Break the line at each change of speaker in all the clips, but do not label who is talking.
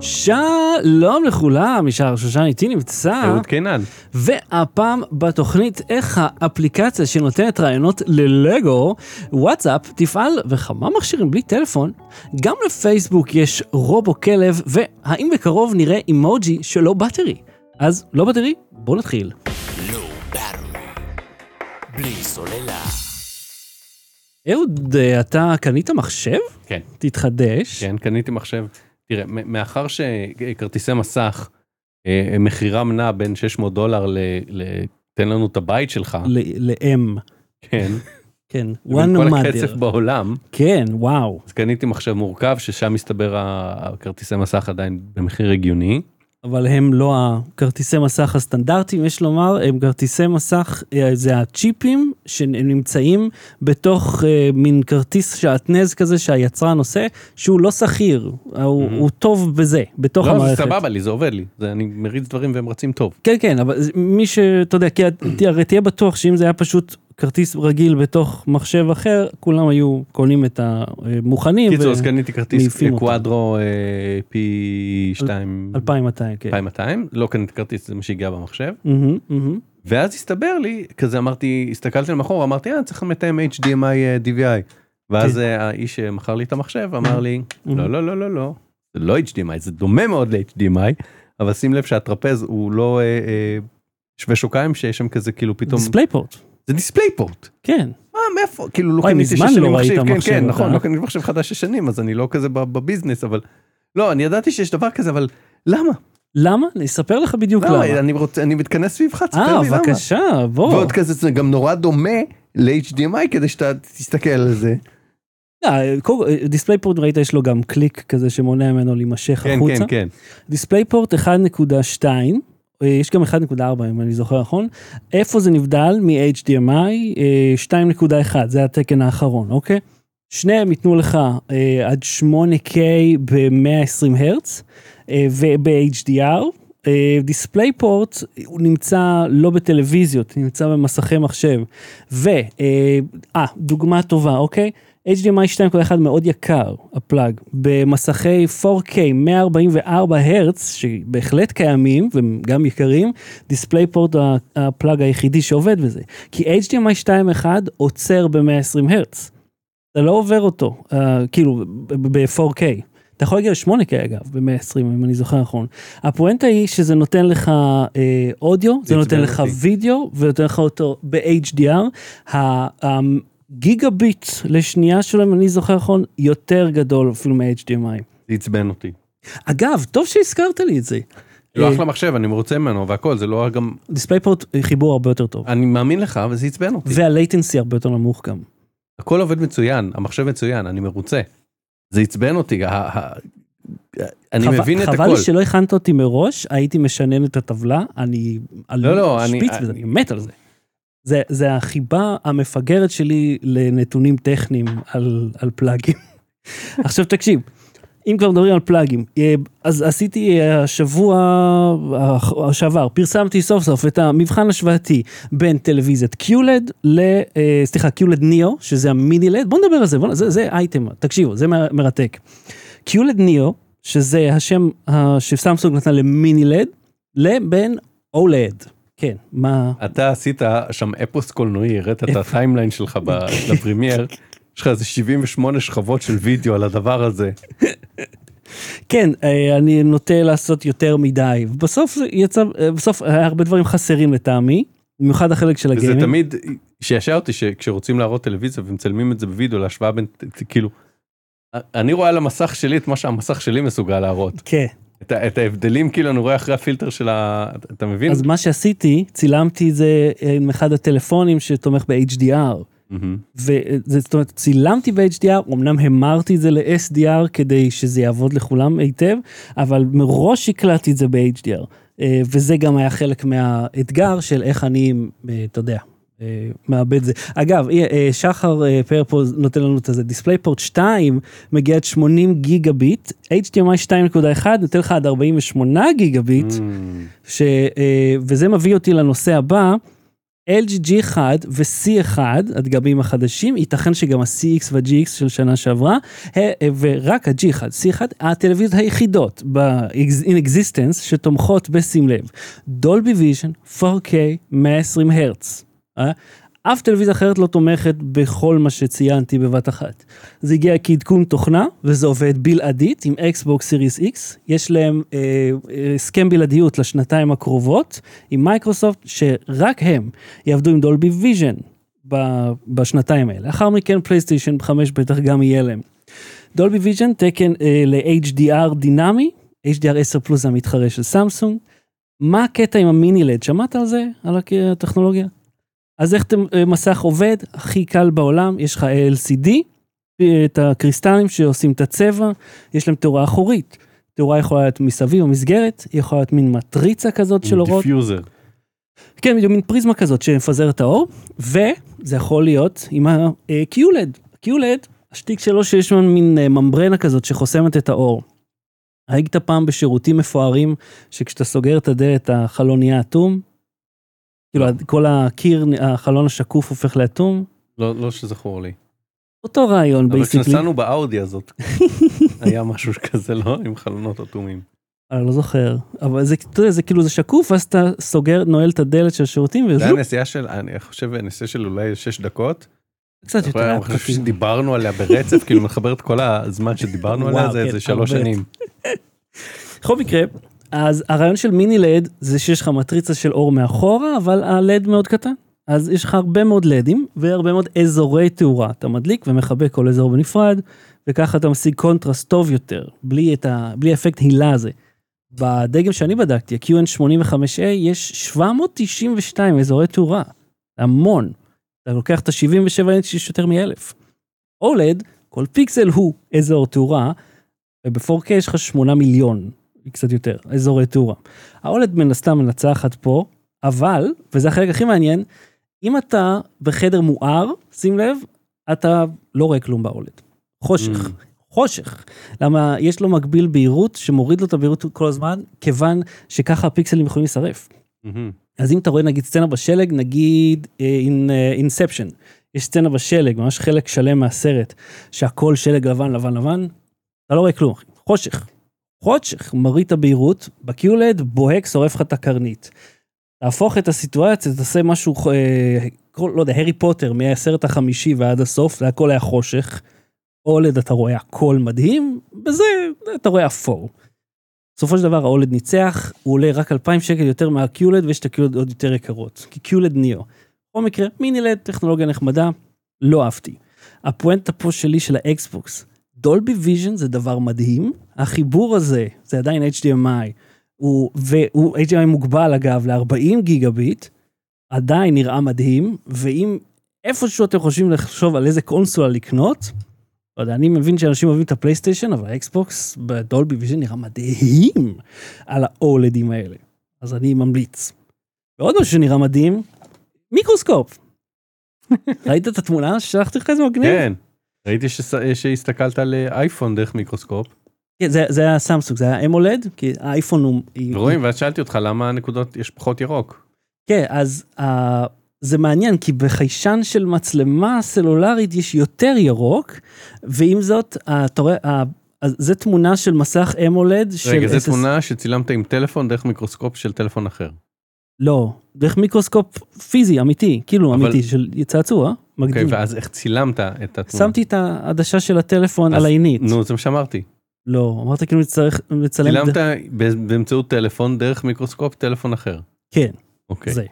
שלום לכולם, משער שושן איתי נמצא,
אהוד קינן.
והפעם בתוכנית איך האפליקציה שנותנת רעיונות ללגו, וואטסאפ, תפעל בכמה מכשירים בלי טלפון. גם לפייסבוק יש רובו כלב, והאם בקרוב נראה אימוג'י שלא בטרי? אז לא בטרי? בואו נתחיל.
בלי סוללה.
אהוד, אה, אתה קנית מחשב?
כן.
תתחדש.
כן, קניתי מחשב. תראה, מ- מאחר שכרטיסי מסך, אה, מחירם נע בין 600 דולר ל... ל- תן לנו את הבית שלך,
ל- לאם.
כן,
כן. one
עם כל
mother.
הקצב בעולם,
כן, וואו.
אז קניתי מחשב מורכב, ששם מסתבר ה- הכרטיסי מסך עדיין במחיר הגיוני.
אבל הם לא הכרטיסי מסך הסטנדרטיים, יש לומר, הם כרטיסי מסך, אה, זה הצ'יפים שנמצאים בתוך אה, מין כרטיס שעטנז כזה שהיצרן עושה, שהוא לא שכיר, אה, הוא, הוא טוב בזה, בתוך
לא, זה
המערכת.
סבבה לי, זה עובד לי, זה- אני מריץ דברים והם רצים טוב.
כן, כן, אבל זה- מי שאתה יודע, כי תה- הרי תהיה בטוח שאם זה היה פשוט כרטיס רגיל בתוך מחשב אחר, כולם היו קונים את אה, המוכנים.
קיצור, אז קניתי כרטיס
מעיפים אותם.
קוואדרו אה, פי 2,
2200, כן.
2200, לא קניתי כרטיס, זה מה שהגיע במחשב.
מהמם, מהמם.
ואז הסתבר לי כזה אמרתי הסתכלתי למחור אמרתי אה, צריך מתאם HDMI אה, DVI.
כן.
ואז אה, האיש שמכר לי את המחשב אמר לי
Mm-hmm.
לא לא לא לא לא זה לא HDMI זה דומה מאוד ל-HDMI אבל שים לב שהטרפז הוא לא אה, אה, שווה שוקיים שיש שם כזה כאילו פתאום
דיספלייפורט,
זה דיספליי פורט.
כן.
מה מאיפה כאילו לא
וואי,
קניתי
מזמן
שש שנים
לא ראית
מחשב כן
מחשב,
כן
אתה.
נכון לא קניתי מחשב חדש שש שנים אז אני לא כזה בב- בביזנס אבל לא אני ידעתי שיש דבר כזה אבל למה
למה? אני אספר לך בדיוק למה.
למה אני רוצה אני מתכנס סביבך תספר
אה,
לי למה.
בבקשה, בוא.
ועוד כזה זה גם נורא דומה ל-HDMI כדי שאתה תסתכל על זה.
אה, דיספליי פורט ראית יש לו גם קליק כזה שמונע ממנו להימשך החוצה.
כן.
דיספליי פורט 1.2, אה, יש גם 1.4 אם אני זוכר נכון. איפה זה נבדל מ-HDMI? אה, 2.1, זה התקן האחרון, אוקיי? שניהם ייתנו לך אה, עד 8K ב-120 הרץ אה, וב-HDR. אה, דיספליי פורט הוא נמצא לא בטלוויזיות, נמצא במסכי מחשב. ו... אה, אה, דוגמה טובה, אוקיי? HDMI 2.1 מאוד יקר, הפלאג, במסכי 4K 144 הרץ, שבהחלט קיימים והם גם יקרים, דיספליי פורט הוא הפלאג היחידי שעובד בזה. כי HDMI 2.1 עוצר ב-120 הרץ. אתה לא עובר אותו, uh, כאילו, ב-4K. אתה יכול להגיע ל-8K אגב, ב-120, אם אני זוכר נכון. הפואנטה היא שזה נותן לך אה, אודיו, זה
עצבן
נותן לך
אותי.
וידאו, ונותן לך אותו ב-HDR. הגיגה ביט לשנייה שלו, אם אני זוכר נכון, יותר גדול אפילו מ-HDMI.
זה עצבן אותי.
אגב, טוב שהזכרת לי את זה. אה,
לא אחלה מחשב אני מרוצה ממנו והכל זה לא גם
דיספליי פורט אה, חיבור הרבה יותר טוב.
אני מאמין לך אבל זה עצבן אותי.
והלייטנסי הרבה יותר נמוך גם.
הכל עובד מצוין המחשב מצוין אני מרוצה. זה עצבן אותי. ה- ה- אני
חבל-
מבין את
חבל לי
הכל.
שלא הכנת אותי מראש, הייתי משנן את הטבלה, אני על
לא, לא, אני-
שפיץ
אני-
בזה, אני מת על זה. זה. זה החיבה המפגרת שלי לנתונים טכניים על, על פלאגים. עכשיו תקשיב, אם כבר מדברים על פלאגים, אה, אז עשיתי אה, השבוע הח- שעבר, פרסמתי סוף סוף את המבחן השוואתי בין טלוויזיית קיולד ל... אה, סליחה, קיולד ניאו, שזה המיני לד, בוא נדבר על זה, בוא, נ- זה, זה אייטם, תקשיבו, זה מ- מרתק. קיולד ניאו, שזה השם אה, שסמסונג נתנה למיני לד, לבין אולד. כן, מה...
אתה עשית שם אפוס קולנועי הראת את הטיימליין שלך ב- לפרימייר. יש לך איזה 78 שכבות של וידאו על הדבר הזה.
כן, אה, אני נוטה לעשות יותר מדי. בסוף זה יצא, אה, בסוף היה הרבה דברים חסרים לטעמי, במיוחד החלק של
וזה
הגיימינג.
תמיד שישע אותי שכשרוצים להראות טלוויזיה ומצלמים את זה בווידאו להשוואה בין כאילו. אני רואה על המסך שלי את מה שהמסך שלי מסוגל להראות
כן.
את, ה- את ההבדלים כאילו אני רואה אחרי הפילטר של ה... אתה- אתה מבין?
אז מה שעשיתי, צילמתי את זה עם אחד הטלפונים שתומך ב-HDR.
מהמם.
וזאת אומרת, צילמתי ב-HDR, אמנם המרתי את זה ל-SDR כדי שזה יעבוד לכולם היטב, אבל מראש הקלטתי את זה ב-HDR. אה, וזה גם היה חלק מהאתגר של איך אני, אה, אתה יודע, אה, מאבד זה. אגב, אה, אה, שחר אה, פרפוז נותן לנו את זה, דיספלייפורט 2 מגיע עד 80 גיגה ביט, HDMI 2.1 נותן לך עד
Mm.
48 גיגה ביט, ש, אה, וזה מביא אותי לנושא הבא, LG G1 ו-C1, הדגמים החדשים, ייתכן שגם ה-CX וה-GX של שנה שעברה, ה- ורק ה-G1, C1, הטלוויזיות היחידות ב-in existence שתומכות בשים לב. דולבי ויז'ן, 4K, 120 הרץ. אה? אף טלוויזיה אחרת לא תומכת בכל מה שציינתי בבת אחת. זה הגיע כעדכון תוכנה, וזה עובד בלעדית עם Xbox Series X. יש להם אה, אה, הסכם בלעדיות לשנתיים הקרובות עם מייקרוסופט, שרק הם יעבדו עם דולבי ויז'ן ב- בשנתיים האלה. לאחר מכן פלייסטיישן 5 בטח גם יהיה להם. דולבי ויז'ן תקן אה, ל-HDR דינמי, HDR 10 פלוס זה המתחרה של סמסונג. מה הקטע עם המיני לד? שמעת על זה? על הכ- הטכנולוגיה? אז איך אתם, אה, מסך עובד? הכי קל בעולם, יש לך LCD, אה, את הקריסטלים שעושים את הצבע, יש להם תאורה אחורית. תאורה יכולה להיות מסביב המסגרת, יכולה להיות מין מטריצה כזאת של אורות.
דיפיוזר.
כן, בדיוק מין פריזמה כזאת שמפזר את האור, וזה יכול להיות עם E ה-QLED. QLED, השטיק שלו שיש לו מין אה, ממברנה כזאת שחוסמת את האור. היית פעם בשירותים מפוארים, שכשאתה סוגר את הדלת החלון נהיה אטום? כאילו, כל הקיר, החלון השקוף הופך לאטום?
לא לא שזכור לי.
אותו רעיון
אבל
בייסיקלי.
כשנסענו באאודי הזאת, היה משהו כזה, לא? עם חלונות אטומים.
אני לא זוכר. אבל זה, אתה יודע, זה כאילו זה שקוף, ואז אתה סוגר, נועל את הדלת של השירותים,
זה היה
וזלופ,
נסיעה של, אני חושב, נסיעה של אולי 6 דקות.
קצת יותר.
אני חושב
אטרקטיבי.
שדיברנו עליה ברצף, כאילו מחבר את כל הזמן שדיברנו עליה,
וואו,
זה
כן,
איזה שלוש
הרבה.
שנים.
בכל מקרה, אז הרעיון של מיני לד זה שיש לך מטריצה של אור מאחורה, אבל הלד מאוד קטן. אז יש לך הרבה מאוד לדים והרבה מאוד אזורי תאורה. אתה מדליק ומכבה כל אזור בנפרד, וככה אתה משיג קונטרסט טוב יותר, בלי, את ה... בלי האפקט הילה הזה. בדגם שאני בדקתי, ה-QN85A, יש 792 אזורי תאורה. המון. אתה לוקח את ה-77 אינץ' יש יותר מ-1000. אולד, כל פיקסל הוא אזור תאורה, וב-4K יש לך 8 מיליון, קצת יותר, אזורי תאורה. האולד מן הסתם מנצחת פה, אבל, וזה החלק הכי מעניין, אם אתה בחדר מואר, שים לב, אתה לא רואה כלום באולד. חושך.
Mm.
חושך. למה יש לו מקביל בהירות שמוריד לו את הבהירות כל הזמן, כיוון שככה הפיקסלים יכולים להישרף.
מהמם.
אז אם אתה רואה נגיד סצנה בשלג, נגיד אה, אינספשן, יש סצנה בשלג, ממש חלק שלם מהסרט, שהכל שלג לבן, לבן, לבן, אתה לא רואה כלום, אחי. חושך. חושך, מרית הבהירות, בקיולד בוהק, שורף לך את הקרנית. תהפוך את הסיטואציה, תעשה משהו, אה, כל- לא יודע, הארי פוטר, מהסרט החמישי ועד הסוף, זה הכל היה חושך. אולד אתה רואה הכל מדהים, בזה אתה רואה אפור. בסופו של דבר האולד ניצח, הוא עולה רק 2,000 שקל יותר מהקיולד, ויש את הקיולד עוד יותר יקרות, כי קיולד ניאו. בכל מקרה, מיני לד, טכנולוגיה נחמדה, לא אהבתי. הפואנטה פה שלי של האקסבוקס, דולבי ויז'ן זה דבר מדהים, החיבור הזה, זה עדיין HDMI, הוא, והוא HDMI מוגבל אגב ל-40 גיגה ביט, עדיין נראה מדהים, ואם איפשהו אתם חושבים לחשוב על איזה קונסולה לקנות, לא יודע, אני מבין שאנשים אוהבים את הפלייסטיישן, אבל האקסבוקס בדולבי ויז'ן נראה מדהים על האולדים האלה. אז אני ממליץ. ועוד משהו שנראה מדהים, מיקרוסקופ. ראית את התמונה ששלחתי לך איזה מגניב?
כן. ראיתי שס- שהסתכלת על אה, אייפון דרך מיקרוסקופ,
כן, זה, זה היה סמסונג, זה היה אמולד, כי האייפון הוא...
ורואים, ואז שאלתי אותך למה הנקודות, יש פחות ירוק.
כן, אז uh, זה מעניין, כי בחיישן של מצלמה סלולרית יש יותר ירוק, ועם זאת, uh, אתה רואה, uh, אז זה תמונה של מסך אמולד של...
רגע, זו
SS
תמונה שצילמת עם טלפון דרך מיקרוסקופ של טלפון אחר.
לא, דרך מיקרוסקופ פיזי, אמיתי, כאילו
אבל-
אמיתי, של צעצוע,
אוקיי,
מקדים.
ואז איך צילמת את התמונה?
שמתי את העדשה של הטלפון
אז-
על העינית.
נו, זה מה שאמרתי.
לא, אמרת כאילו נצטרך לצלם...
צילמת
דרך-
ב- באמצעות טלפון דרך מיקרוסקופ טלפון אחר.
כן.
אוקיי.
זה.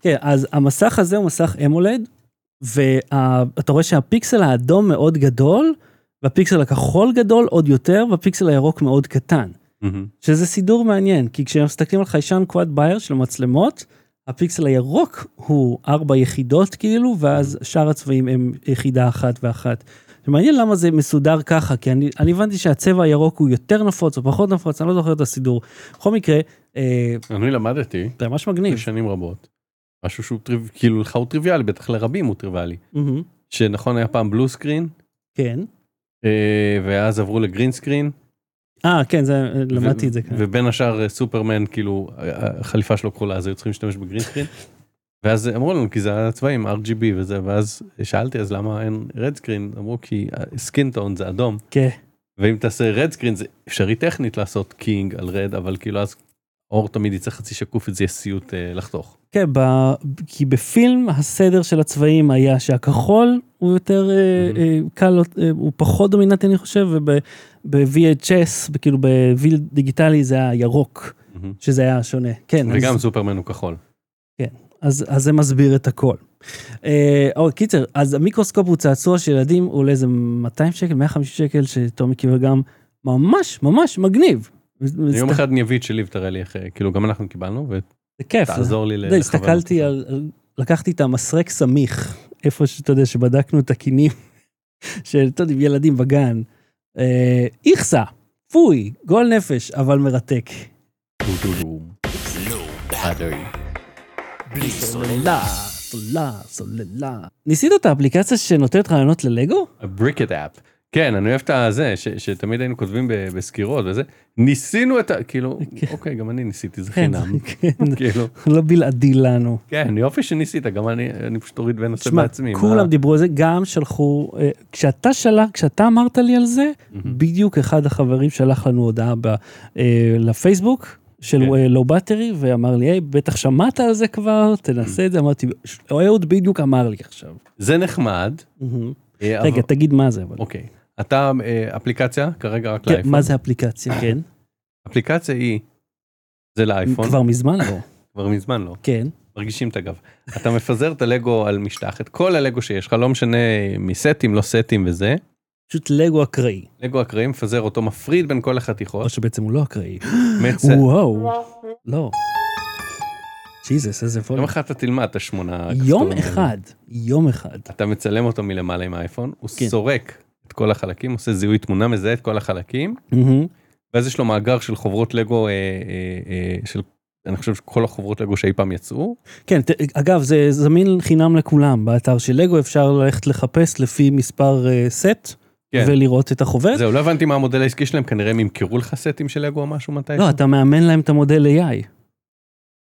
כן, אז המסך הזה הוא מסך אמולד, ואתה רואה שהפיקסל האדום מאוד גדול, והפיקסל הכחול גדול עוד יותר, והפיקסל הירוק מאוד קטן.
מהמם.
שזה סידור מעניין, כי כשמסתכלים על חיישן קוואד בייר של מצלמות, הפיקסל הירוק הוא ארבע יחידות כאילו, ואז שאר הצבעים הם יחידה אחת ואחת. מעניין למה זה מסודר ככה, כי אני, אני הבנתי שהצבע הירוק הוא יותר נפוץ או פחות נפוץ, אני לא זוכר את הסידור. בכל מקרה, אה,
אני למדתי
זה ממש מגניב.
שנים רבות. משהו שהוא טריו- כאילו לך הוא טריוויאלי, בטח לרבים הוא טריוויאלי.
מהמם,
שנכון היה פעם בלו סקרין,
כן.
אה, ואז עברו לגרין סקרין.
אה, כן, זה, למדתי
ו-
את זה כאן.
ובין השאר אה, סופרמן, כאילו, ה- ה- החליפה שלו כחולה, אז היו צריכים להשתמש בגרין סקרין. ואז אמרו לנו כי זה על הצבעים RGB וזה ואז שאלתי אז למה אין רד סקרין אמרו כי סקינטון זה אדום
כן.
ואם תעשה רד סקרין זה אפשרי טכנית לעשות קינג על רד אבל כאילו אז אור תמיד יצא חצי שקוף את זה יהיה סיוט אה, לחתוך.
כן, ב... כי בפילם הסדר של הצבעים היה שהכחול הוא יותר אה,
Mhm.
אה, קל, אה, הוא פחות דומיננטי אני חושב, וב-VHS, כאילו בוויל דיגיטלי זה הירוק,
מהמם.
שזה היה שונה. כן,
וגם
אז,
סופרמן הוא כחול.
אז, אז זה מסביר את הכל. אה, אוי, קיצר, אז המיקרוסקופ הוא צעצוע של ילדים, הוא עולה איזה 200 שקל, 150 שקל, שתומי קיבל גם ממש ממש מגניב.
יום אחד אני אביא את שלי ותראה לי איך אה, כאילו גם אנחנו קיבלנו
זה כיף. זה-
ותעזור לי
אתה
ל-
יודע,
לכוון.
הסתכלתי על, על- לקחתי את המסרק סמיך, איפה שאתה יודע, שבדקנו את הקינים של, אתה יודע, ילדים בגן. אה, איכסה, פוי, גועל נפש, אבל מרתק.
דו-דו-דום.
לא battery. בלי סוללה.
סוללה, סוללה, סוללה. ניסית את האפליקציה שנותנת רעיונות ללגו?
בריקט אפ. כן, אני אוהב את הזה, ש- שתמיד היינו כותבים ב- בסקירות וזה. ניסינו את ה... כאילו,
כן.
אוקיי, גם אני ניסיתי, זה
כן,
חינם.
כן,
כאילו,
לא בלעדי לנו.
כן, יופי שניסית, גם אני, אני פשוט אוריד ואנסה
תשמע,
בעצמי. מה-
כולם דיברו על זה, גם שלחו, אה, כשאתה שלח, כשאתה אמרת לי על זה,
מהמם.
בדיוק אחד החברים שלח לנו הודעה ב, אה, לפייסבוק של
כן.
לואו בטרי, ואמר לי, היי, בטח שמעת על זה כבר, תנסה את זה. אמרתי, "ש- אהוד בדיוק אמר לי עכשיו.
זה נחמד. אה,
רגע,
אבל-
תגיד מה זה, אבל.
אוקיי. אתה אה, אפליקציה, כרגע רק
כן,
לאייפון.
מה זה אפליקציה, כן?
אפליקציה היא, זה לאייפון,
כבר מזמן לא.
כבר מזמן לא.
כן,
מרגישים את הגב. אתה מפזר את הלגו על משטח, את כל הלגו שיש לך, לא משנה מסטים, לא סטים וזה.
פשוט לגו אקראי,
לגו אקראי מפזר אותו, מפריד בין כל החתיכות.
או שבעצם הוא לא אקראי.
מצ...
וואו, לא. ג'יזוס, איזה
יום
פול.
אחד אתה תלמד את השמונה.
נכון. יום
הכפתורים האלה.
אחד, יום אחד.
אתה מצלם אותו מלמעלה עם האייפון, הוא
כן.
סורק את כל החלקים, עושה זיהוי תמונה, מזהה את כל החלקים,
מהמם.
ואז יש לו מאגר של חוברות לגו, אה, אה, אה, של, אני חושב שכל החוברות לגו שאי פעם יצאו.
כן, ת- אגב, זה זמין חינם לכולם. באתר של לגו אפשר ללכת לחפש לפי מספר אה, סט,
כן.
ולראות את החוברת.
זהו, לא הבנתי מה המודל העסקי שלהם, כנראה הם ימכרו לך סטים של לגו או משהו מתישהו,
לא, אתה מאמן להם את המודל AI.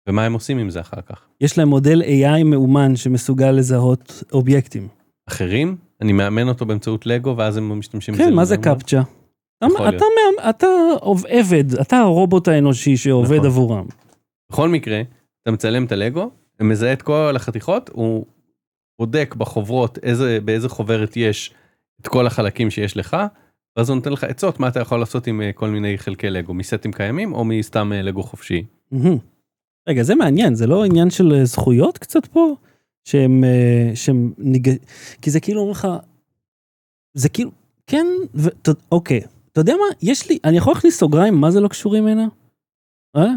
ומה הם עושים עם זה אחר כך.
יש להם מודל AI מאומן שמסוגל לזהות אובייקטים.
אחרים, אני מאמן אותו באמצעות לגו, ואז הם משתמשים בזה.
כן, מה זה
לזמן.
קפצ'ה? אתה-
לא יכול
אתה מאמ- אתה עוב- עבד, אתה הרובוט האנושי שעובד
נכון.
עבורם.
בכל מקרה, אתה מצלם את הלגו, מזהה את כל החתיכות, הוא בודק בחוברות איזה, באיזה חוברת יש את כל החלקים שיש לך, ואז הוא נותן לך עצות מה אתה יכול לעשות עם אה, כל מיני חלקי לגו, מסטים קיימים או מסתם אה, לגו חופשי.
מהמם. רגע, זה מעניין, זה לא עניין של אה, זכויות קצת פה? שהם, אה, שהם ניג... כי זה כאילו אומרים לך, זה כאילו, כן, ו... ת... אוקיי, אתה יודע מה, יש לי, אני יכול להכניס סוגריים, מה זה לא קשורים הנה? אה?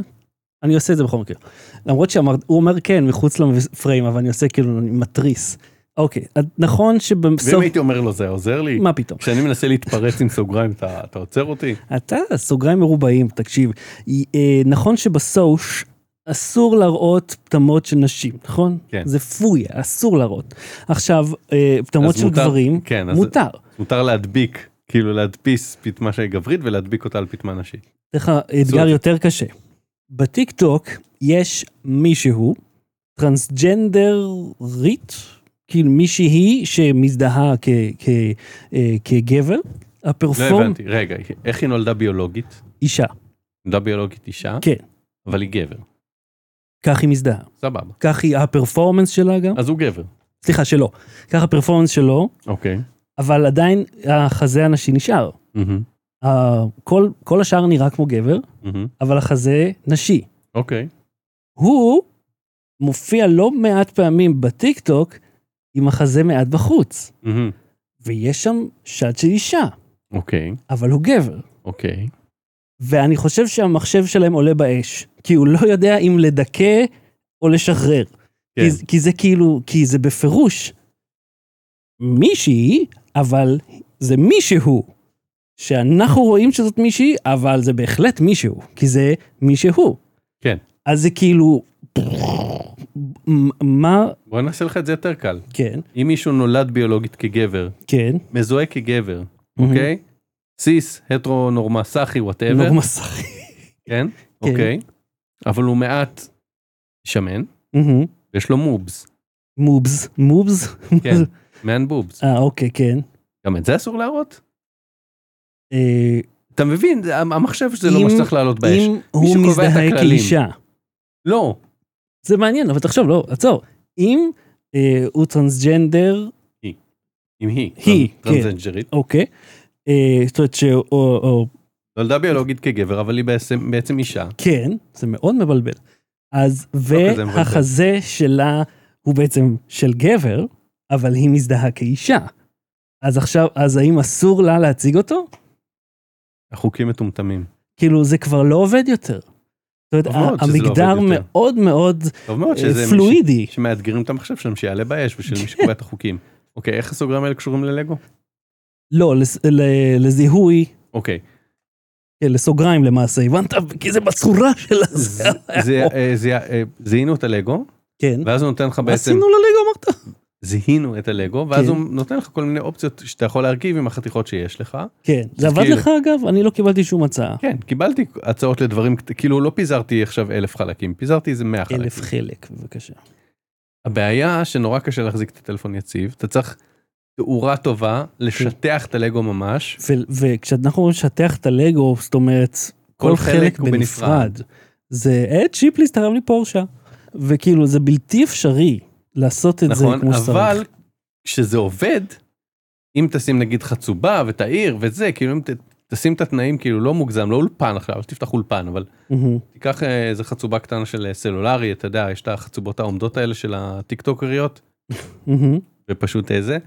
אני עושה את זה בכל מקרה. למרות שהוא אומר כן, מחוץ לפריים, אבל אני עושה כאילו, אני מתריס. אוקיי, אז נכון
ואם
שבסוף,
הייתי אומר לו זה עוזר לי,
מה פתאום?
כשאני מנסה להתפרץ עם סוגריים אתה, אתה עוצר אותי?
אתה סוגריים מרובעים, תקשיב. אה, נכון שבסוש אסור להראות פטמות של נשים, נכון?
כן.
זה פויה, אסור להראות. עכשיו, אה, פטמות
אז
של
מותר-
גברים,
כן, אז
מותר.
מותר להדביק, כאילו להדפיס פיטמה של גברית ולהדביק אותה על פיטמה נשית. לא
לך אתגר
אסור.
יותר קשה. בטיק טוק יש מישהו, טרנסג'נדרית, כאילו מישהי שמזדהה כ- כ- אה, כגבר,
לא
הפרפורם,
הבנתי, רגע, איך היא נולדה ביולוגית?
אישה,
נולדה ביולוגית אישה,
כן.
אבל היא גבר,
כך היא מזדהה.
סבבה.
כך היא הפרפורמנס שלה גם,
אז הוא גבר.
סליחה, שלו. כך הפרפורמנס שלו,
אוקיי.
אבל עדיין החזה הנשי נשאר.
מהמם,
ה- כל, כל השאר נראה כמו גבר,
מהמם.
אבל החזה נשי.
אוקיי.
הוא מופיע לא מעט פעמים בטיקטוק עם החזה מעט בחוץ,
מהמם.
ויש שם שד של אישה,
אוקיי,
אבל הוא גבר.
אוקיי.
ואני חושב שהמחשב שלהם עולה באש, כי הוא לא יודע אם לדכא או לשחרר.
כן.
כי, כי זה כאילו, כי זה בפירוש מישהי, אבל זה מישהו. שאנחנו רואים שזאת מישהי, אבל זה בהחלט מישהו, כי זה מישהו.
כן.
אז זה כאילו... מ- מה...
בוא נעשה לך את זה יותר קל.
כן,
אם מישהו נולד ביולוגית כגבר,
כן.
מזוהה כגבר, אוקיי? סיס, הטרו, נורמה, כן. סאחי, וואטאבר,
נורמה סחי.
כן? אוקיי. אבל הוא מעט שמן, יש לו מובס.
מובס, מובס?
כן. מן בובס.
אה, אוקיי, כן.
גם את זה אסור להראות?
אה,
אתה מבין, זה- המחשב שזה לא
אם-
מה שצריך לעלות באש.
אם הוא
שקובע את
מזדהה
הכללים.
כאישה.
לא.
זה מעניין, אבל תחשוב, לא, עצור. אם אה, הוא טרנסג'נדר,
אם היא.
היא,
טרנ-
כן.
טרנסג'נדרית.
אוקיי, אה, זאת אומרת ש... או, או,
נולדה ביולוגית כגבר, אבל היא בעצם- בעצם אישה.
כן, זה מאוד מבלבל. אז,
לא כזה מבלבל.
והחזה שלה הוא בעצם של גבר, אבל היא מזדהה כאישה. אז עכשיו, אז האם אסור לה להציג אותו?
החוקים מטומטמים.
כאילו, זה כבר לא עובד יותר. זאת
טוב מאוד
אומרת, ה-
שזה לא עובד
המגדר
יותר.
מאוד מאוד
טוב מאוד
אה,
שזה...
פלואידי.
שמאתגרים את המחשב שלהם שיעלה באש ושל מי שקובע את החוקים. אוקיי, איך הסוגריים האלה קשורים ללגו?
לא, לס- ל- לזיהוי,
אוקיי.
כן, לסוגריים למעשה, הבנת? כי זה בצורה של
זה-
הזה.
זה- אה, זה- אה, זיהינו את הלגו,
כן.
ואז הוא נותן לך בעצם...
עשינו לליגו, אמרת?
זיהינו את הלגו, ואז
כן.
הוא נותן לך כל מיני אופציות שאתה יכול להרכיב עם החתיכות שיש לך.
כן. זה
אז
עבד
כאילו-
לך אגב? אני לא קיבלתי שום הצעה.
כן, קיבלתי הצעות לדברים, כאילו לא פיזרתי עכשיו אלף חלקים, פיזרתי איזה מאה חלקים.
אלף חלק, בבקשה.
הבעיה שנורא קשה להחזיק את הטלפון יציב, אתה צריך תאורה טובה,
כן.
לשטח את הלגו ממש,
ו- וכשאנחנו אומרים לשטח את הלגו, זאת אומרת, כל חלק
הוא
בנפרד. זה עד שיפליס תרם לי פורשה. וכאילו, זה בלתי אפשרי לעשות את זה
נכון,
כמו
אבל
שצריך.
כשזה עובד, אם תשים נגיד חצובה ותעיר וזה, כאילו אם ת- תשים את התנאים כאילו לא מוגזם, לא אולפן עכשיו, אל תפתח אולפן, אבל
מהמם.
תיקח אה, איזה חצובה קטנה של אה, סלולרי, אתה יודע, יש את החצובות העומדות האלה של הטיק טוקריות,
מהמם.
ופשוט איזה,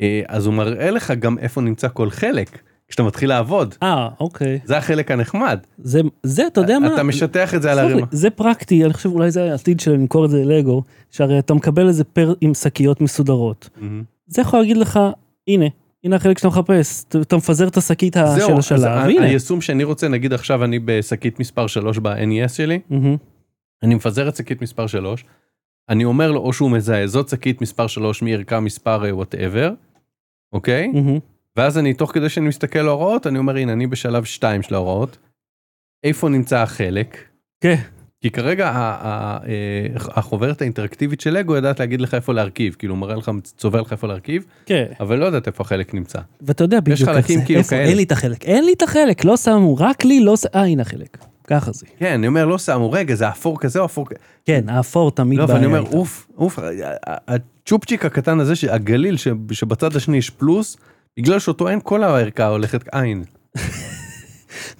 אה, אז הוא מראה לך גם איפה נמצא כל חלק, כשאתה מתחיל לעבוד,
אה, אוקיי.
זה החלק הנחמד.
זה, זה, אתה יודע מה?
אתה משטח את זה על
סלח לי,
הרימה.
זה פרקטי, אני חושב אולי זה העתיד של למכור את זה ללגו, שהרי אתה מקבל איזה פר עם שקיות מסודרות.
מהמם.
זה יכול להגיד לך, הנה, הנה החלק שאתה מחפש, ת- אתה מפזר את השקית ה-
זהו,
אה, של
אז ה-
השלב, הנה.
היישום שאני רוצה, נגיד עכשיו אני בשקית מספר 3 ב-NES שלי,
מהמם.
אני מפזר את שקית מספר 3, אני אומר לו או שהוא מזהה, זאת שקית מספר 3 מערכה מספר וואטאבר, אוקיי?
מהמם.
ואז אני, תוך כדי שאני מסתכל על ההוראות, אני אומר, הנה, אני בשלב 2 של ההוראות. איפה נמצא החלק?
כן.
כי כרגע ה- ה- אה, החוברת האינטראקטיבית של לגו יודעת להגיד לך איפה להרכיב, כאילו מראה לך, צובע לך איפה להרכיב,
כן,
אבל לא יודעת איפה החלק נמצא.
ואתה יודע בדיוק איך
חלקים
זה,
כאילו
איפה,
כאלה.
אין לי את החלק, אין לי את החלק, לא שמו, רק לי לא ש... אה, הנה החלק, ככה זה.
כן, אני אומר, לא שמו, רגע, זה אפור כזה או אפור כזה.
כן, האפור תמיד
לא, אבל
בעיה.
אני אומר,
איתו.
אוף, אוף, ה- ה- הצ'ופצ'יק הקטן הזה, ש- הגליל ש- שבצד השני יש פלוס, בגלל שאותו אין כל הערכה הולכת עין.
כן.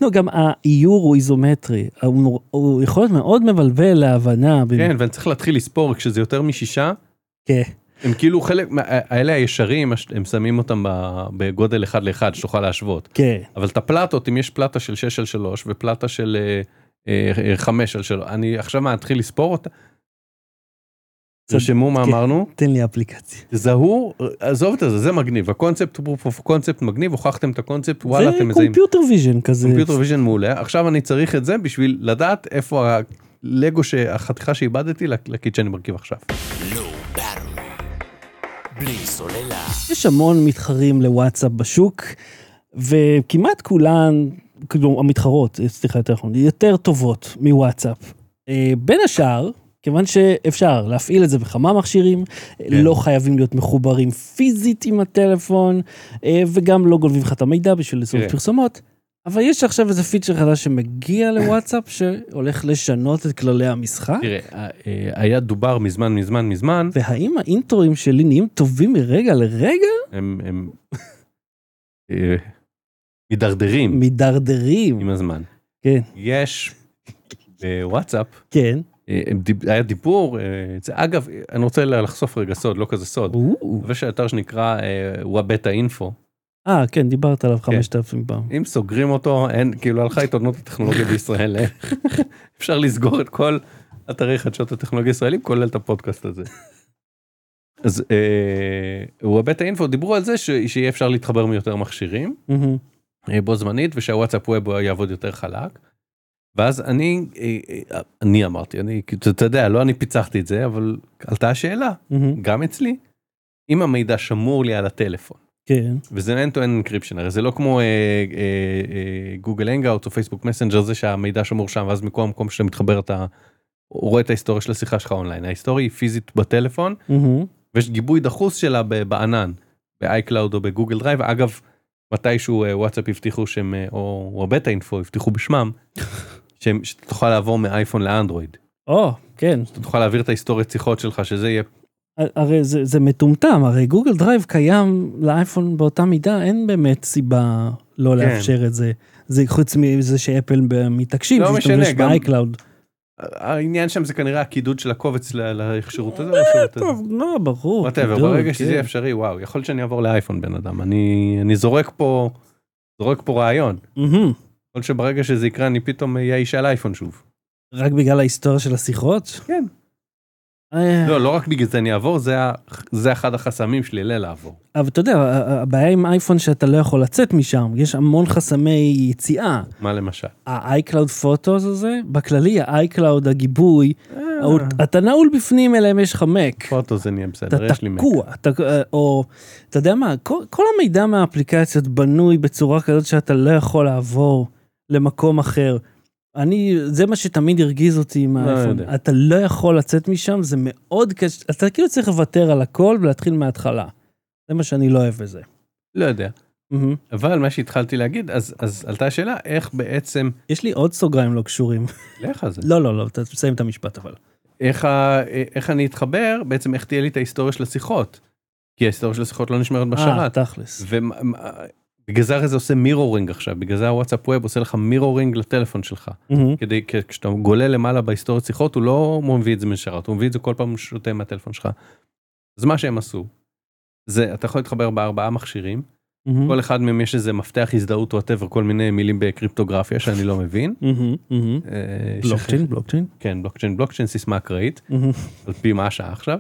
לא, גם האיור הוא איזומטרי, הוא נור- הוא יכול להיות מאוד מבלבל להבנה. ב-
כן, ואני צריך להתחיל לספור, כשזה יותר משישה,
כן.
הם כאילו חלק, מה- האלה הישרים, הש- הם שמים אותם ב- בגודל אחד לאחד, שתוכל להשוות.
כן,
אבל את הפלטות, אם יש פלטה של 6 על 3 ופלטה של 5 על 3, אני עכשיו מה, אתחיל לספור אותה?
צודק,
תרשמו מה
כן.
אמרנו,
תן לי אפליקציה.
תזהו, עזוב את זה, זה מגניב, הקונספט הוא proof of concept מגניב, הוכחתם את הקונספט, וואלה, אתם
זה
מזהים.
קומפיוטר ויז'ן כזה.
קומפיוטר ויז'ן מעולה, עכשיו אני צריך את זה בשביל לדעת איפה הלגו, ש- החתיכה שאיבדתי לק- לקיט שאני מרכיב עכשיו.
Low battery. לא בלי סוללה.
יש המון מתחרים לוואטסאפ בשוק, וכמעט כולן, כאילו המתחרות, אה, סליחה, יותר נכון, יותר טובות מוואטסאפ. אה, בין השאר, כיוון שאפשר להפעיל את זה בכמה מכשירים, כן. לא חייבים להיות מחוברים פיזית עם הטלפון, אה, וגם לא גונבים לך את המידע בשביל לעשות
כן.
פרסומות. אבל יש עכשיו איזה פיצ'ר חדש שמגיע לוואטסאפ, שהולך לשנות את כללי המשחק.
תראה, אה, אה, היה דובר מזמן מזמן מזמן,
והאם האינטרואים שלי נהיים טובים מרגע לרגע?
הם הם, אה, מידרדרים
מידרדרים.
עם הזמן.
כן.
יש בוואטסאפ,
כן.
אה, דיב- היה דיבור, אה, זה- אגב, אני רוצה לחשוף רגע סוד, לא כזה סוד.
או.
אבל יש אתר שנקרא אה, וואבטה אינפו,
אה, כן, דיברת עליו 5,000 פעם.
אם סוגרים אותו, אין, כאילו הלכה עיתונות הטכנולוגיה בישראל, אה. אפשר לסגור את כל אתרי חדשות הטכנולוגיה הישראלים, כולל את הפודקאסט הזה. אז אה, וואבטה אינפו דיברו על זה ש- שיהיה אפשר להתחבר מיותר מכשירים
מהמם.
אה, בו זמנית ושהוואטסאפ ווב יעבוד יותר חלק. ואז אני, אה, אה, אני אמרתי, אני, כאילו, אתה- אתה יודע, לא אני פיצחתי את זה, אבל עלתה השאלה,
מהמם.
גם אצלי, אם המידע שמור לי על הטלפון.
כן,
וזה אין to end encryption הרי זה לא כמו אה, גוגל הנגאוט או פייסבוק מסנג'ר זה שהמידע שמור שם ואז מכל המקום שאתה מתחבר אתה הוא רואה את ההיסטוריה של השיחה שלך אונליין, ההיסטוריה היא פיזית בטלפון,
מהמם.
ויש גיבוי דחוס שלה ב- בענן, ב-iCloud או בגוגל דרייב. אגב, מתישהו אה, וואטסאפ הבטיחו שהם, אה, או או הבטא אינפו הבטיחו בשמם, שהם- שאתה תוכל לעבור מאייפון לאנדרואיד.
או, כן.
אתה תוכל להעביר את ההיסטוריית שיחות שלך, שזה יהיה...
הרי זה, זה מטומטם, הרי גוגל דרייב קיים לאייפון באותה מידה, אין באמת סיבה לא
כן.
לאפשר את זה. זה חוץ מזה שאפל ב- מתעקשים,
לא
זה
משנה,
להשתמש
גם-
ב-iCloud.
העניין שם זה כנראה הקידוד של הקובץ ל- לשירות הזה או לשירות הזה.
טוב, לא, ברור.
וואטאבר,
גדול,
ברגע שזה
כן.
יהיה אפשרי, וואו, יכול להיות שאני אעבור לאייפון בן אדם, אני אני זורק פה, זורק פה רעיון. יכול
מהמם.
להיות שברגע שזה יקרה אני פתאום אהיה איש על אייפון שוב.
רק בגלל ההיסטוריה של השיחות?
כן.
אה,
לא, לא רק בגלל זה אני אעבור, זה ה- זה אחד החסמים שלי ללעבור.
אבל אתה יודע, הבעיה עם אייפון שאתה לא יכול לצאת משם, יש המון חסמי יציאה.
מה למשל?
ה-iCloud פוטוס הזה, בכללי ה-iCloud הגיבוי,
אה.
הוא- אתה נעול בפנים אלא אם יש לך מק.
פוטו זה נהיה בסדר,
אתה
יש לי מק.
תקוע, אתה, אה, או אתה יודע מה, כל, כל המידע מהאפליקציות בנוי בצורה כזאת שאתה לא יכול לעבור למקום אחר. אני, זה מה שתמיד הרגיז אותי עם
לא
האייפון.
יודע.
אתה לא יכול לצאת משם, זה מאוד קשה, אתה כאילו צריך לוותר על הכל ולהתחיל מההתחלה. זה מה שאני לא אוהב בזה.
לא יודע.
מהמם.
אבל מה שהתחלתי להגיד, אז אז עלתה השאלה, איך בעצם,
יש לי עוד סוגריים לא קשורים.
לך על זה,
לא, לא, לא, אתה תסיים את המשפט
אה.
אבל.
איך ה- איך אני אתחבר, בעצם איך תהיה לי את ההיסטוריה של השיחות. כי ההיסטוריה של השיחות לא נשמרת
אה,
בשרת.
תכלס.
ובגלל זה הרי זה עושה מירורינג עכשיו, בגלל זה הוואטסאפ ווב עושה לך מירורינג לטלפון שלך.
מהמם.
כדי, כ- כשאתה גולה למעלה בהיסטוריית שיחות, הוא לא מביא את זה משרת, הוא מביא את זה כל פעם שותה מהטלפון שלך. אז מה שהם עשו, זה אתה יכול להתחבר בארבעה מכשירים,
מהמם.
כל אחד מהם יש איזה מפתח הזדהות וואטאבר, כל מיני מילים בקריפטוגרפיה שאני לא מבין.
מהמם, מהמם.
אה, ש-
בלוקצ'יין, בלוקצ'יין.
כן, בלוקצ'יין, בלוקצ'יין, סיסמה אקראית.
מהמם.
על פי מה השעה עכשיו.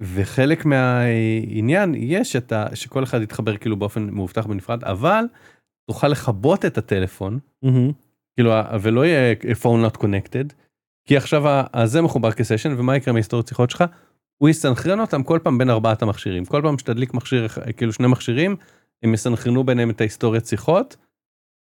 וחלק מהעניין יהיה שאתה, שכל אחד יתחבר כאילו באופן מאובטח בנפרד, אבל תוכל לכבות את הטלפון,
מהמם.
כאילו, ה- ולא יהיה phone not connected, כי עכשיו ה- הזה מחובר כסשן, ומה יקרה מההיסטוריות שיחות שלך? הוא יסנכרן אותם כל פעם בין ארבעת המכשירים. כל פעם שתדליק מכשיר, אח- כאילו שני מכשירים, הם יסנכרנו ביניהם את ההיסטוריית שיחות,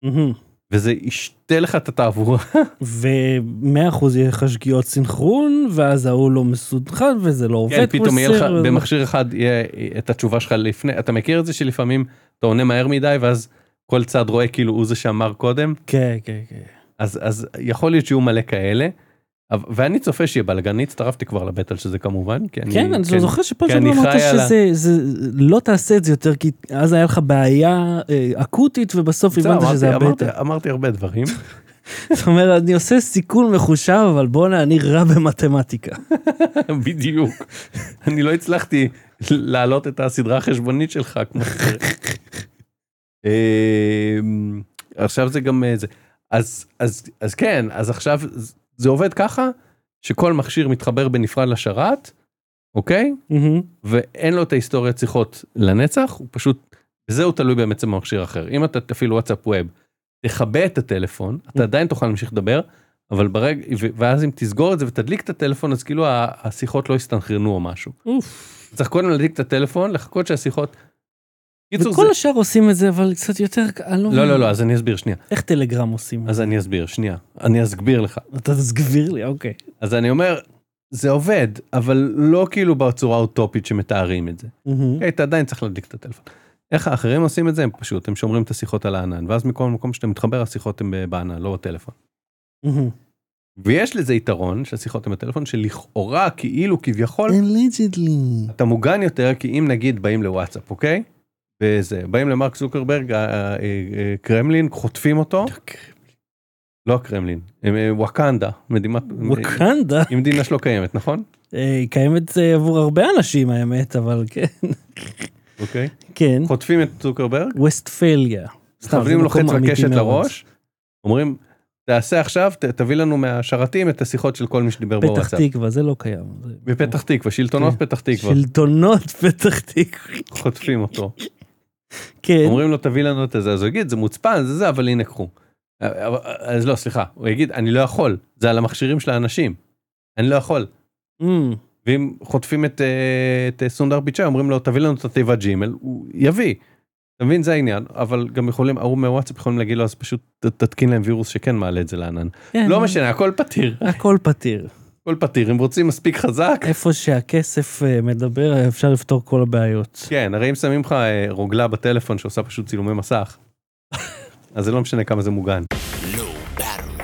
מהמם.
וזה ישתה לך את התעבורה.
ומאה אחוז יהיה לך שגיאות סינכרון, ואז ההוא לא מסודכן, וזה לא עובד
כן, פתאום יהיה לך,
וזה-
במכשיר אחד יהיה את התשובה שלך לפני, אתה מכיר את זה שלפעמים אתה עונה מהר מדי ואז כל צד רואה כאילו הוא זה שאמר קודם,
כן, כן, כן.
אז, אז יכול להיות שיהיו מלא כאלה, אבל- ואני צופה שיהיה בלאגן, אני הצטרפתי כבר לבטל של זה כמובן, כי אני,
כן, אני זוכר שפעם
כי אני
שעברה אמרת
חי על ה-
שזה, זה- לא תעשה את זה יותר, כי אז היה לך בעיה אה, אקוטית, ובסוף
זהו,
הבנת
אמרתי-
שזה
אמרתי-
הבטא.
אמרתי הרבה דברים,
זאת אומרת, אני עושה סיכון מחושב, אבל בואנה, אני רע במתמטיקה.
בדיוק, אני לא הצלחתי להעלות את הסדרה החשבונית שלך כמו שצריך. אמ, עכשיו זה גם אה, זה אז אז אז כן אז עכשיו ז- זה עובד ככה שכל מכשיר מתחבר בנפרד לשרת אוקיי
מהמם.
ואין לו את ההיסטוריית שיחות לנצח הוא פשוט זה הוא תלוי בעצם במכשיר אחר אם אתה תפעיל וואטסאפ ווב תכבה את הטלפון אתה עדיין תוכל להמשיך לדבר אבל ברגע ו- ואז אם תסגור את זה ותדליק את הטלפון אז כאילו ה- השיחות לא הסתנכרנו או משהו
אוף.
צריך קודם להדליק את הטלפון לחכות שהשיחות. קיצור,
וכל
זה-
השאר עושים את זה, אבל קצת יותר, אני
לא לא
מבין.
לא אז אני אסביר שנייה.
איך טלגרם עושים?
אז אני אסביר, שנייה. אני אסביר לך.
אתה תסגביר לי, אוקיי.
אז אני אומר, זה עובד, אבל לא כאילו בצורה אוטופית שמתארים את זה.
מהמם.
אוקיי, אתה עדיין צריך להדליק את הטלפון. איך האחרים עושים את זה? הם פשוט, הם שומרים את השיחות על הענן, ואז מכל מקום שאתה מתחבר, השיחות הן בענן, לא בטלפון.
מהמם.
ויש לזה יתרון, שהשיחות הן בטלפון, שלכאורה, כאילו, כביכול,
Allegedly.
אתה מוגן יותר, כי אם נגיד באים לוואטסאפ, אוקיי? וזה, באים למרק זוקרברג, ה- ה- ה- קרמלין, חוטפים אותו, לא הקרמלין, הם, אה, וואקנדה, מדינת...
ווקנדה
אם מדינה שלא קיימת, נכון?
אה, היא קיימת אה, עבור הרבה אנשים האמת אבל כן
אוקיי.
כן
חוטפים את צוקרברג,
ווסטפליה. סתם,
חברים
זה
לו חץ
מקום אמיתי
וקשת
מאוד.
לראש, אומרים, תעשה עכשיו, ת- תביא לנו מהשרתים את השיחות של כל מי שדיבר
פתח
בוואטסאפ.
תקווה זה לא קיים. זה-
בפתח תקווה, שלטונות
כן.
פתח תקווה,
שלטונות פתח תקווה.
חוטפים אותו.
כן.
אומרים לו, תביא לנו את זה, אז הוא יגיד, זה מוצפן, זה זה, אבל הנה, קחו. אה, אבל- אז לא, סליחה, הוא יגיד, אני לא יכול, זה על המכשירים של האנשים, אני לא יכול.
אמ,
ואם חוטפים את, אה, את אה, סונדר פיצ'אי, אומרים לו, תביא לנו את התיבת ג'ימל, הוא יביא. אתה מבין זה העניין אבל גם יכולים ההוא מוואטסאפ יכולים להגיד לו אז פשוט ת- תתקין להם וירוס שכן מעלה את זה לענן.
כן,
לא משנה הכל פתיר
הכל פתיר.
הכל פתיר אם רוצים מספיק חזק.
איפה שהכסף אה, מדבר אפשר לפתור כל הבעיות.
כן הרי אם שמים לך אה, רוגלה בטלפון שעושה פשוט צילומי מסך. אז זה לא משנה כמה זה מוגן.
לא battery.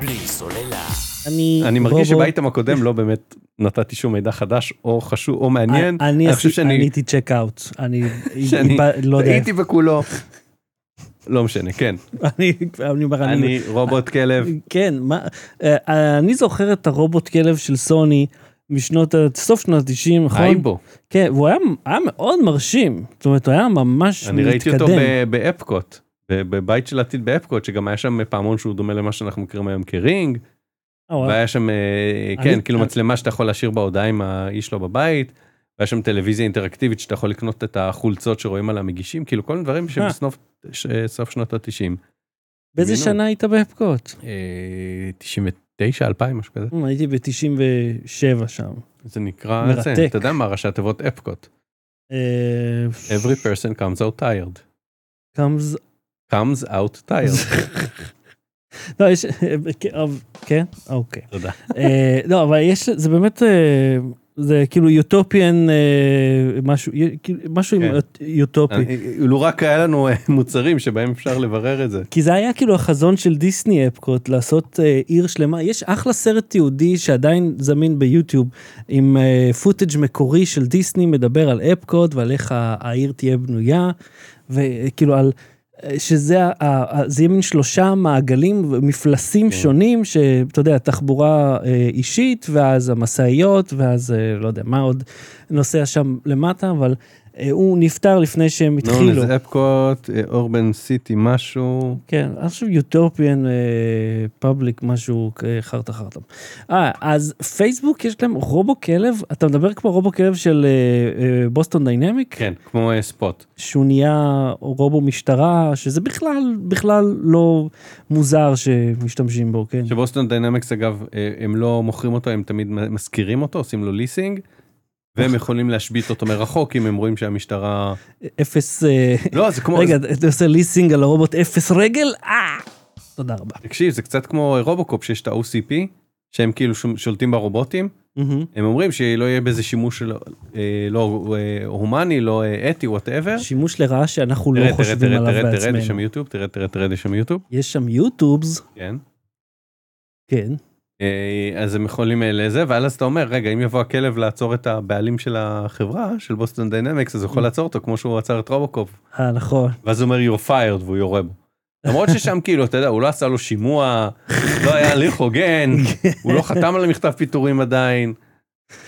בלי סוללה.
אני...
אני
בוא,
מרגיש
בוא.
שבאייטם הקודם לא באמת נתתי שום מידע חדש או חשוב או מעניין.
אני- אני
חושב
עשיתי- אני
שאני
הייתי צ'ק אאוט. אני
שאני-
איבד- לא יודע.
הייתי בכולו. לא משנה כן
אני אני אומר, אני
אני רובוט כלב
כן, מה, אה, אני זוכר את הרובוט כלב של סוני משנות, ה- סוף שנות ה-90, נכון?
אייבו
כן, והוא היה, היה מאוד מרשים, זאת אומרת, הוא היה ממש
אני
מתקדם.
ראיתי אותו ב- באפקוט ב- בבית של עתיד באפקוט שגם היה שם פעמון שהוא דומה למה שאנחנו מכירים היום כרינג
אה, הוא היה-
והיה שם אה,
אני-
כן כאילו
אני-
מצלמה שאתה יכול להשאיר בהודעה עם האיש שלו בבית. והיה שם טלוויזיה אינטראקטיבית שאתה יכול לקנות את החולצות שרואים על המגישים כאילו כל מיני דברים
אה.
שבסוף ש- סוף שנות התשעים.
באיזה
מינו.
שנה היית באפקוט?
אה, 99 2000 משהו כזה
אה, הייתי ב-97 שם.
זה נקרא
מרתק.
זה, אתה יודע מה ראשי התיבות אפקוט
אה,
every person comes out tired
comes-
comes out tired
לא, יש... כן, אה, כן? אוקיי.
תודה.
אה, לא, אבל יש... זה באמת... אה, זה כאילו יוטופיאן אה, משהו, י- כאילו, משהו עם
כן.
אוט- יוטופי.
אני- אילו רק היה לנו אה, מוצרים שבהם אפשר לברר את זה.
כי זה היה כאילו החזון של דיסני אפקוט, לעשות אה, עיר שלמה. יש אחלה סרט תיעודי שעדיין זמין ביוטיוב, עם אה, פוטג' מקורי של דיסני, מדבר על אפקוט ועל איך ה- העיר תהיה בנויה, וכאילו על... אה, שזה, ה- ה- ה- זה יהיה מין שלושה מעגלים, מפלסים
כן.
שונים, שאתה יודע, תחבורה אה, אישית, ואז המשאיות, ואז אה, לא יודע, מה עוד נוסע שם למטה, אבל אה, הוא נפטר לפני שהם התחילו.
נו, זה אפקוט, אה, אורבן סיטי משהו.
כן, אני חושב יוטופיאן פאבליק משהו אה, חרטה חרטה. אה, אז פייסבוק יש להם רובו כלב, אתה מדבר כמו רובו כלב של אה, אה, בוסטון דיינמיק,
כן, כמו אה, ספוט.
שהוא נהיה רובו משטרה, שזה בכלל, בכלל לא מוזר שמשתמשים בו, כן.
שבוסטון דיינמקס אגב, אה, הם לא מוכרים אותו, הם תמיד מ- מזכירים אותו, עושים לו ליסינג. והם יכולים להשבית אותו מרחוק אם הם רואים שהמשטרה...
אפס, אה,
לא, זה כמו...
רגע, אתה עושה ליסינג על הרובוט אפס רגל? אה! תודה רבה.
תקשיב, זה קצת כמו אה, רובוקופ שיש את ה-OCP, שהם כאילו שום- שולטים ברובוטים.
מהמם.
הם אומרים שלא יהיה בזה שימוש לא- אה, לא אה, הומני, לא אה, אתי, וואטאבר.
שימוש לרעה שאנחנו
תראה,
לא
תראה,
חושבים
תראה,
עליו
תראה, תראה, יש שם
בעצמנו.
יוטיוב, תראה, תראה, תראה, יש שם יוטיוב.
יש שם יוטיובס,
כן.
כן.
אה, אז הם יכולים אה, לזה ואז אתה אומר רגע אם יבוא הכלב לעצור את הבעלים של החברה של בוסטון דיינמקס אז הוא יכול לעצור אותו כמו שהוא עצר את רובוקופ
אה, נכון.
ואז הוא אומר you're fired והוא יורה בו. למרות ששם כאילו אתה יודע הוא לא עשה לו שימוע לא היה הליך הוגן
כן.
הוא לא חתם על המכתב פיטורים עדיין.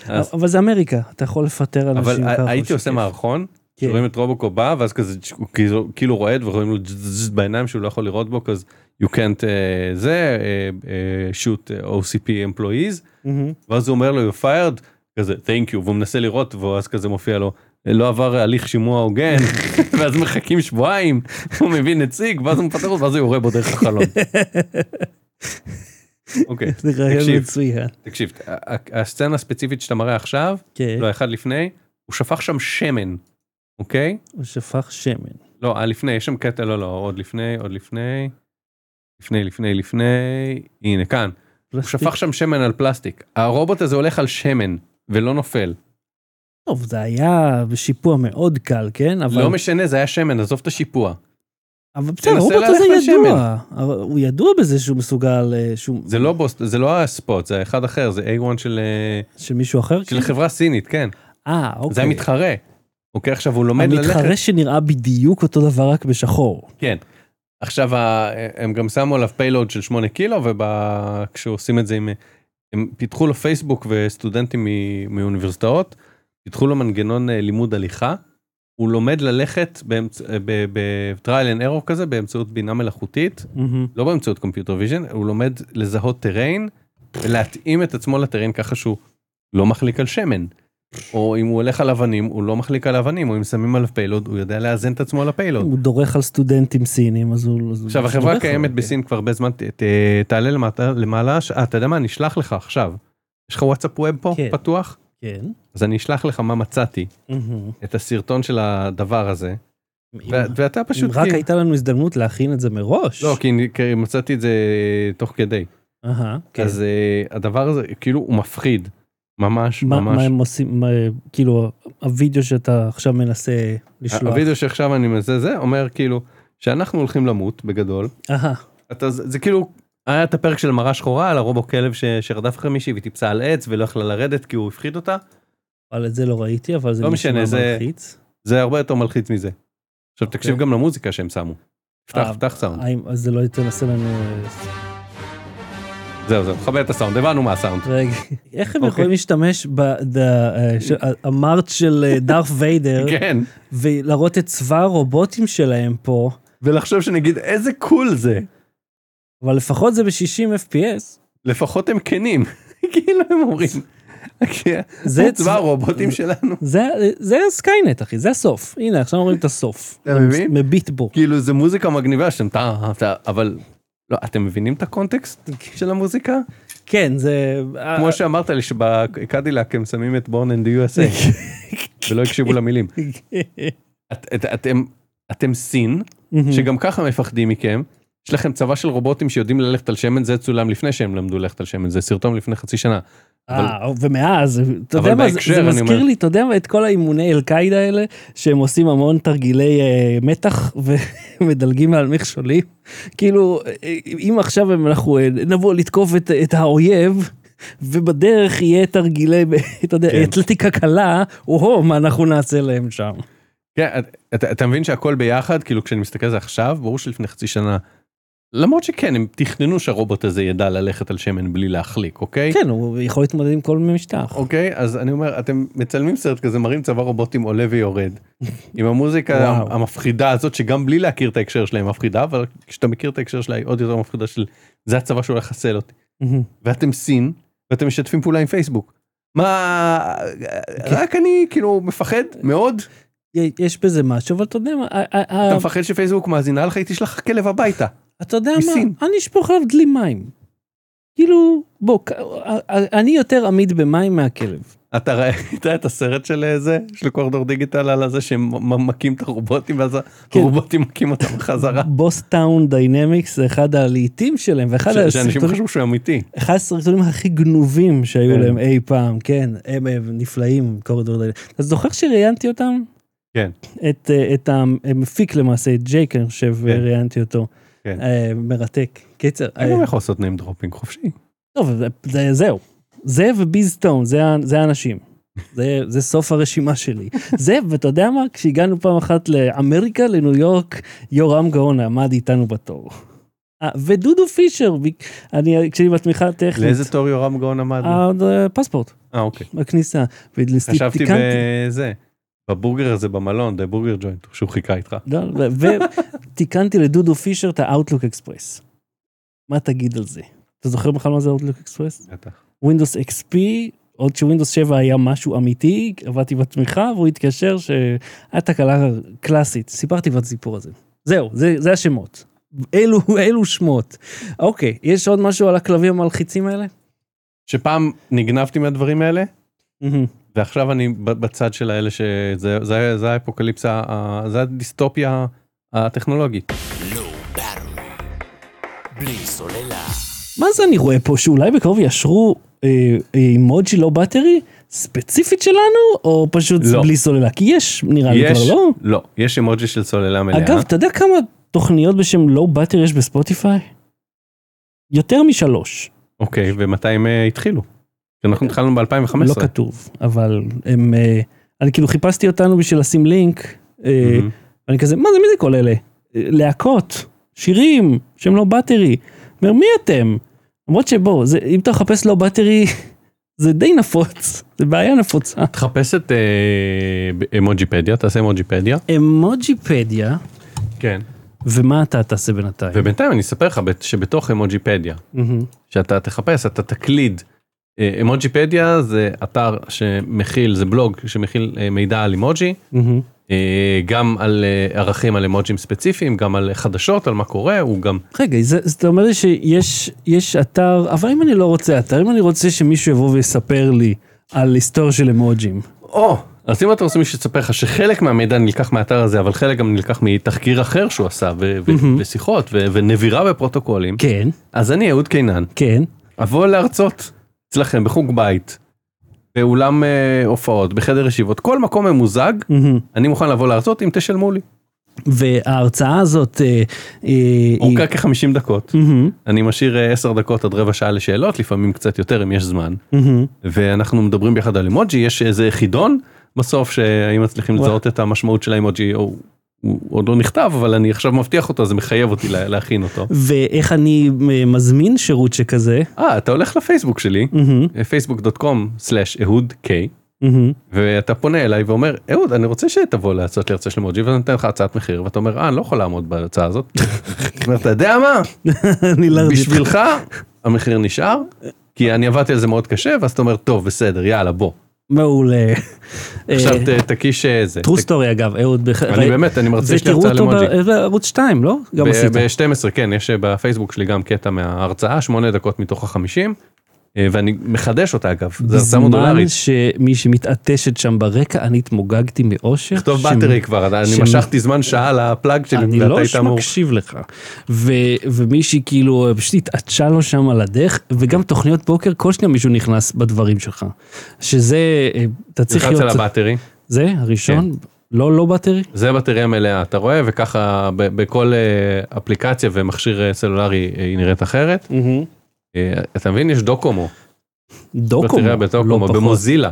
אז-
אבל זה אמריקה, אתה יכול לפטר אנשים
אבל
ככה.
ה- הייתי
שכיף.
עושה מערכון
כן.
שרואים את רובוקופ בא ואז כזה הוא כאילו- כאילו רועד ורואים לו זזז בעיניים שהוא לא יכול לראות בו כזה you can't אה, זה אה, אה, shoot אה, OCP employees.
מהמם.
ואז הוא אומר לו, you're fired, כזה, thank you, והוא מנסה לראות, ואז כזה מופיע לו, לא עבר הליך שימוע הוגן, ואז מחכים שבועיים, הוא מביא נציג, ואז הוא מפטר אותו, ואז הוא יורה בו דרך החלון. אוקיי,
זה רעיון
תקשיב.
מצוין.
תקשיב, ה- ה- הסצנה הספציפית שאתה מראה עכשיו,
כן,
לא, אחד לפני, הוא שפך שם שמן, אוקיי?
הוא שפך שמן.
לא, אה, לפני, יש שם קטע, לא, לא, עוד לפני, עוד לפני, לפני, לפני, לפני, הנה, כאן. הוא שפך שם שמן על פלסטיק. הרובוט הזה הולך על שמן, ולא נופל.
טוב, זה היה שיפוע מאוד קל, כן? אבל...
לא משנה, זה היה שמן, עזוב את השיפוע.
אבל בסדר,
תנסה
הרובוט
להלך
הזה
על
ידוע. הר- הוא ידוע בזה שהוא מסוגל... אה, שהוא...
זה לא בוסט, זה לא הספוט, זה אחד אחר, זה A1 של, אה,
של מישהו אחר?
של חברה סינית, כן.
אה, אוקיי.
זה המתחרה. אוקיי, עכשיו הוא לומד ללכת.
המתחרה שנראה בדיוק אותו דבר רק בשחור.
כן. עכשיו ה- הם גם שמו עליו פיילוד של 8 קילו, וכשעושים את זה עם... הם פיתחו לו פייסבוק וסטודנטים מ- מאוניברסיטאות, פיתחו לו מנגנון אה, לימוד הליכה. הוא לומד ללכת אה, ב-trial and error כזה באמצעות בינה מלאכותית.
מהמם.
לא באמצעות קומפיוטר ויז'ן, הוא לומד לזהות טרן ולהתאים את עצמו לטרן ככה שהוא לא מחליק על שמן. או אם הוא הולך על אבנים, הוא לא מחליק על אבנים, או אם שמים עליו פיילוד, הוא יודע לאזן את עצמו על הפיילוד.
הוא דורך על סטודנטים סינים, אז הוא... אז הוא
לא. עכשיו
דורך
החברה
עליו,
קיימת
כן.
בסין כבר הרבה זמן, ת- ת- תעלה למטה- למעלה, ש- אה, אתה יודע מה, אני אשלח לך עכשיו. יש לך וואטסאפ ווב פה
כן.
פתוח?
כן.
אז אני אשלח לך מה מצאתי,
מהמם.
את הסרטון של הדבר הזה,
אם-
ו- ואתה
אם
פשוט...
רק
כי-
הייתה לנו הזדמנות להכין את זה מראש.
לא, כי אני- כי מצאתי את זה תוך כדי.
אהה, כן.
אז אה, הדבר הזה, כאילו, הוא מפחיד. ממש,
מה-
ממש.
מה הם עושים, מה- כאילו, הווידאו שאתה עכשיו מנסה לשלוח.
הווידאו שעכשיו אני מזה זה אומר כאילו שאנחנו הולכים למות בגדול
אהה,
אתה זה זה כאילו היה את הפרק של מראה שחורה על הרובו כלב ש- שרדף אחרי מישהי והיא טיפסה על עץ ולא יכלה לרדת כי הוא הפחיד אותה
אבל את זה לא ראיתי, אבל זה
לא
נשמע
משנה, זה-
מלחיץ.
זה הרבה יותר מלחיץ מזה. עכשיו תקשיב גם למוזיקה שהם שמו. פתח
אוקיי. אה,
פתח סאונד
האם- אז זה לא תנסה לנו... אה.
זהו זהו תכבד את הסאונד הבנו מה הסאונד.
רגע, איך הם
אוקיי.
יכולים להשתמש אה, במרט של אה, דארף ויידר
כן
ולהראות את צבא הרובוטים שלהם פה,
ולחשוב שנגיד איזה קול זה
אבל לפחות זה ב-60 FPS.
לפחות הם כנים כאילו הם אומרים.
זה
זה צבא
צבא-
הרובוטים שלנו
זה- זה הסקיינט, אחי, זה הסוף. הנה, עכשיו רואים את הסוף.
אתה מבין?
מביט בו.
כאילו זה מוזיקה מגניבה שאתם טעה אבל לא אתם מבינים את הקונטקסט של המוזיקה
כן, זה...
כמו שאמרת לי שבקדילק הם שמים את בורן אנד USA ולא הקשיבו למילים את- את- אתם אתם סין
Mhm.
שגם ככה מפחדים מכם יש לכם צבא של רובוטים שיודעים ללכת על שמן זה צולם לפני שהם למדו ללכת על שמן זה סרטון לפני חצי שנה
אה, ומאז, אתה יודע
אבל
מה, זה-
בהקשר,
זה
אני
מזכיר
אומר.
לי, אתה יודע מה, את כל האימוני אל-קאידה האלה, שהם עושים המון תרגילי אה, מתח ומדלגים על מכשולים. כאילו, אה, אם עכשיו הם- אנחנו אה, נבוא לתקוף את- את האויב, ובדרך יהיה תרגילי, אתה יודע,
כן.
אתלטיקה קלה, או-הו, מה אנחנו נעשה להם שם.
כן, את- אתה אתה מבין שהכל ביחד כאילו כשאני מסתכל על זה עכשיו ברור שלפני חצי שנה. למרות שכן הם תכננו שהרובוט הזה ידע ללכת על שמן בלי להחליק אוקיי
כן, הוא יכול להתמודד עם כל מיני משטח.
אוקיי, אז אני אומר, אתם מצלמים סרט כזה, מראים צבא רובוטים עולה ויורד. עם המוזיקה
וואו.
המפחידה הזאת, שגם בלי להכיר את ההקשר שלה היא מפחידה, אבל כשאתה מכיר את ההקשר שלה היא עוד יותר מפחידה של, זה הצבא שהולך לחסל אותי. ואתם סין, ואתם משתפים פעולה עם פייסבוק. מה,
כן.
רק אני כאילו מפחד מאוד,
אה. יש בזה משהו, אבל אתה יודע מה, ה- ה- ה-
אתה מפחד שפייסבוק מאזינה לך, היא תשלח כלב הביתה.
אתה יודע
מסין.
מה, אני אשפוך עליו דלי מים. כאילו, בוא, כ- אני יותר עמיד במים מהכלב.
אתה ראית את הסרט של אה, זה, של קורדור דיגיטל על הזה שהם מ- מכים את הרובוטים, ואז
כן.
הרובוטים מכים אותם חזרה.
בוס טאון דיינמיקס זה אחד הלהיטים שלהם, ואחד
ש- שאנשים
הסרטונים-
חשבו שהוא אמיתי.
אחד הסרטונים הכי גנובים שהיו
כן.
להם אי פעם, כן, הם הם נפלאים, קורדור דיינמיקס. אתה זוכר שראיינתי אותם?
כן.
את, אה, את המפיק למעשה, את ג'ייק, אני חושב,
כן.
ראיינתי אותו.
כן.
אה, מרתק. קיצר,
אני לא
אה,
גם יכול לעשות name dropping חופשי.
טוב, זה- זה- זהו. זה וביז סטון, זה ה- זה האנשים. זה, זה סוף הרשימה שלי. זה, ואתה יודע מה? כשהגענו פעם אחת לאמריקה, לניו יורק, יורם גאון עמד איתנו בתור. אה, ודודו פישר, ב- אני, כשאני בתמיכה הטכנית. אה,
לאיזה תור יורם גאון עמד?
הפספורט,
אה אוקיי.
בכניסה.
חשבתי
ותיקנתי-
בזה. בבורגר הזה במלון, בבורגר ג'וינט, שהוא חיכה איתך.
לא, ו- ותיקנתי לדודו פישר את האאוטלוק אקספרס. מה תגיד על זה? אתה זוכר בכלל מה זה האאוטלוק אקספרס?
בטח.
Windows XP, עוד שווינדוס 7 היה משהו אמיתי, עבדתי בתמיכה, והוא התקשר שהיה תקלה קלאסית, סיפרתי כבר את הסיפור הזה. זהו, זה, זה השמות. אלו, אלו שמות. אוקיי, יש עוד משהו על הכלבים המלחיצים האלה?
שפעם נגנבתי מהדברים האלה, ועכשיו אני ב- בצד של האלה שזה זה- זה האפוקליפסה, ה- זה הדיסטופיה הטכנולוגית.
אה,
לא battery. בלי סוללה.
מה זה אני רואה פה, שאולי בקרוב יאשרו אה, אה, אימוג'י לא בטרי? ספציפית שלנו, או פשוט
לא.
בלי סוללה? כי יש, נראה לי
יש,
כבר, לא?
לא, יש אמוג'י של סוללה מלאה.
אגב, אתה יודע כמה תוכניות בשם לואו בטר יש בספוטיפיי? יותר משלוש.
אוקיי, ומתי הם אה, התחילו? אנחנו התחלנו
לא
ב-2015.
כתוב, אבל הם... אה, אני כאילו חיפשתי אותנו בשביל לשים לינק, אה, אני כזה, מה זה, מי זה כל אלה? אה, להקות, שירים, שהם לא בטרי. אומר, מי אתם? למרות שבוא, זה- אם אתה מחפש לא בטרי, זה די נפוץ, זה בעיה נפוצה.
תחפש את אה, ב- אמוג'יפדיה, תעשה אמוג'יפדיה.
אמוג'יפדיה,
כן.
ומה אתה תעשה בינתיים?
ובינתיים אני אספר לך בת- שבתוך אמוג'יפדיה,
מהמם.
שאתה תחפש, אתה תקליד. אה, אמוג'יפדיה זה אתר שמכיל, זה בלוג שמכיל אה, מידע על אמוג'י,
מהמם.
אה, גם על אה, ערכים על אמוג'ים ספציפיים, גם על חדשות, על מה קורה, הוא גם...
רגע, זה, זאת אומרת שיש יש אתר, אבל אם אני לא רוצה אתר, אם אני רוצה שמישהו יבוא ויספר לי על היסטוריה של אמוג'ים,
או, אז אם אתה רוצה מישהו שתספר לך שחלק מהמידע נלקח מהאתר הזה, אבל חלק גם נלקח מתחקיר אחר שהוא עשה, ו-
מהמם.
ו- ושיחות, ו- ונבירה בפרוטוקולים,
כן,
אז אני אהוד קינן,
כן.
אבוא להרצות אצלכם בחוג בית, באולם אה, הופעות, בחדר ישיבות, כל מקום ממוזג,
מהמם.
אני מוכן לבוא להרצות אם תשלמו לי.
וההרצאה הזאת... אה, אה, היא- Mm-hmm.
אורכה כ-50 דקות,
מהמם,
אני משאיר אה, 10 דקות עד רבע שעה לשאלות, לפעמים קצת יותר אם יש זמן,
מהמם.
ואנחנו מדברים ביחד על אימוג'י, יש איזה חידון בסוף, שאם מצליחים
וואו.
לזהות את המשמעות של האימוג'י, או- הוא הוא עוד לא נכתב, אבל אני עכשיו מבטיח אותו, זה מחייב אותי לה- להכין אותו.
ואיך אני אה, מזמין שירות שכזה? Mm-hmm.
אה, אתה הולך לפייסבוק שלי, אה,
מהמם,
facebook.com/אהוד קיי.
מהמם.
ואתה פונה אליי ואומר, אהוד, אני רוצה שתבוא לעשות לי הרצאה של מוג'י, ואני נותן לך הצעת מחיר, ואתה אומר, אה, אני לא יכול לעמוד בהרצאה הזאת. אומר, אתה יודע מה,
אני לא יודע.
בשבילך המחיר נשאר, כי אני עבדתי על זה מאוד קשה, ואז אתה אומר, טוב, בסדר, יאללה, בוא.
מעולה.
עכשיו
אה,
ת- תקיש אה, זה.
true
ת-
story אגב, אהוד. בח- אה,
אני באמת, אני מרצה שלי
ותראו
הרצאה
אותו
למוג'י.
ב- בערוץ 2, לא? גם עשית.
ב-12, כן, יש אה, בפייסבוק שלי גם קטע מההרצאה, שמונה דקות מתוך החמישים, אה, ואני מחדש אותה אגב, זה הרצאה
בזמן
מודולרית.
שמי שמתעטשת שם ברקע, אני התמוגגתי מאושר.
תכתוב
שמ-
באטרי כבר, אני
שמ-
משכתי זמן שעה לפלאג שלי,
אני
ואתה
לא
היית אמור-
מקשיב לך. ו, ומישהי כאילו פשוט התעטשה לו שם על הדרך, וגם תוכניות בוקר, כל שניה מישהו נכנס בדברים שלך. שזה, אה, אתה צריך
תלחץ
להיות...
על הבאטרי.
זה, הראשון?
כן.
לא, לא באטרי?
זה בטריה מלאה, אתה רואה, וככה ב- בכל אה, אפליקציה ומכשיר אה, סלולרי אה, היא נראית אחרת. אה, אתה מבין, יש דוקומו,
דוקומו,
בטריה
לא
בדוקומו,
פחות.
במוזילה.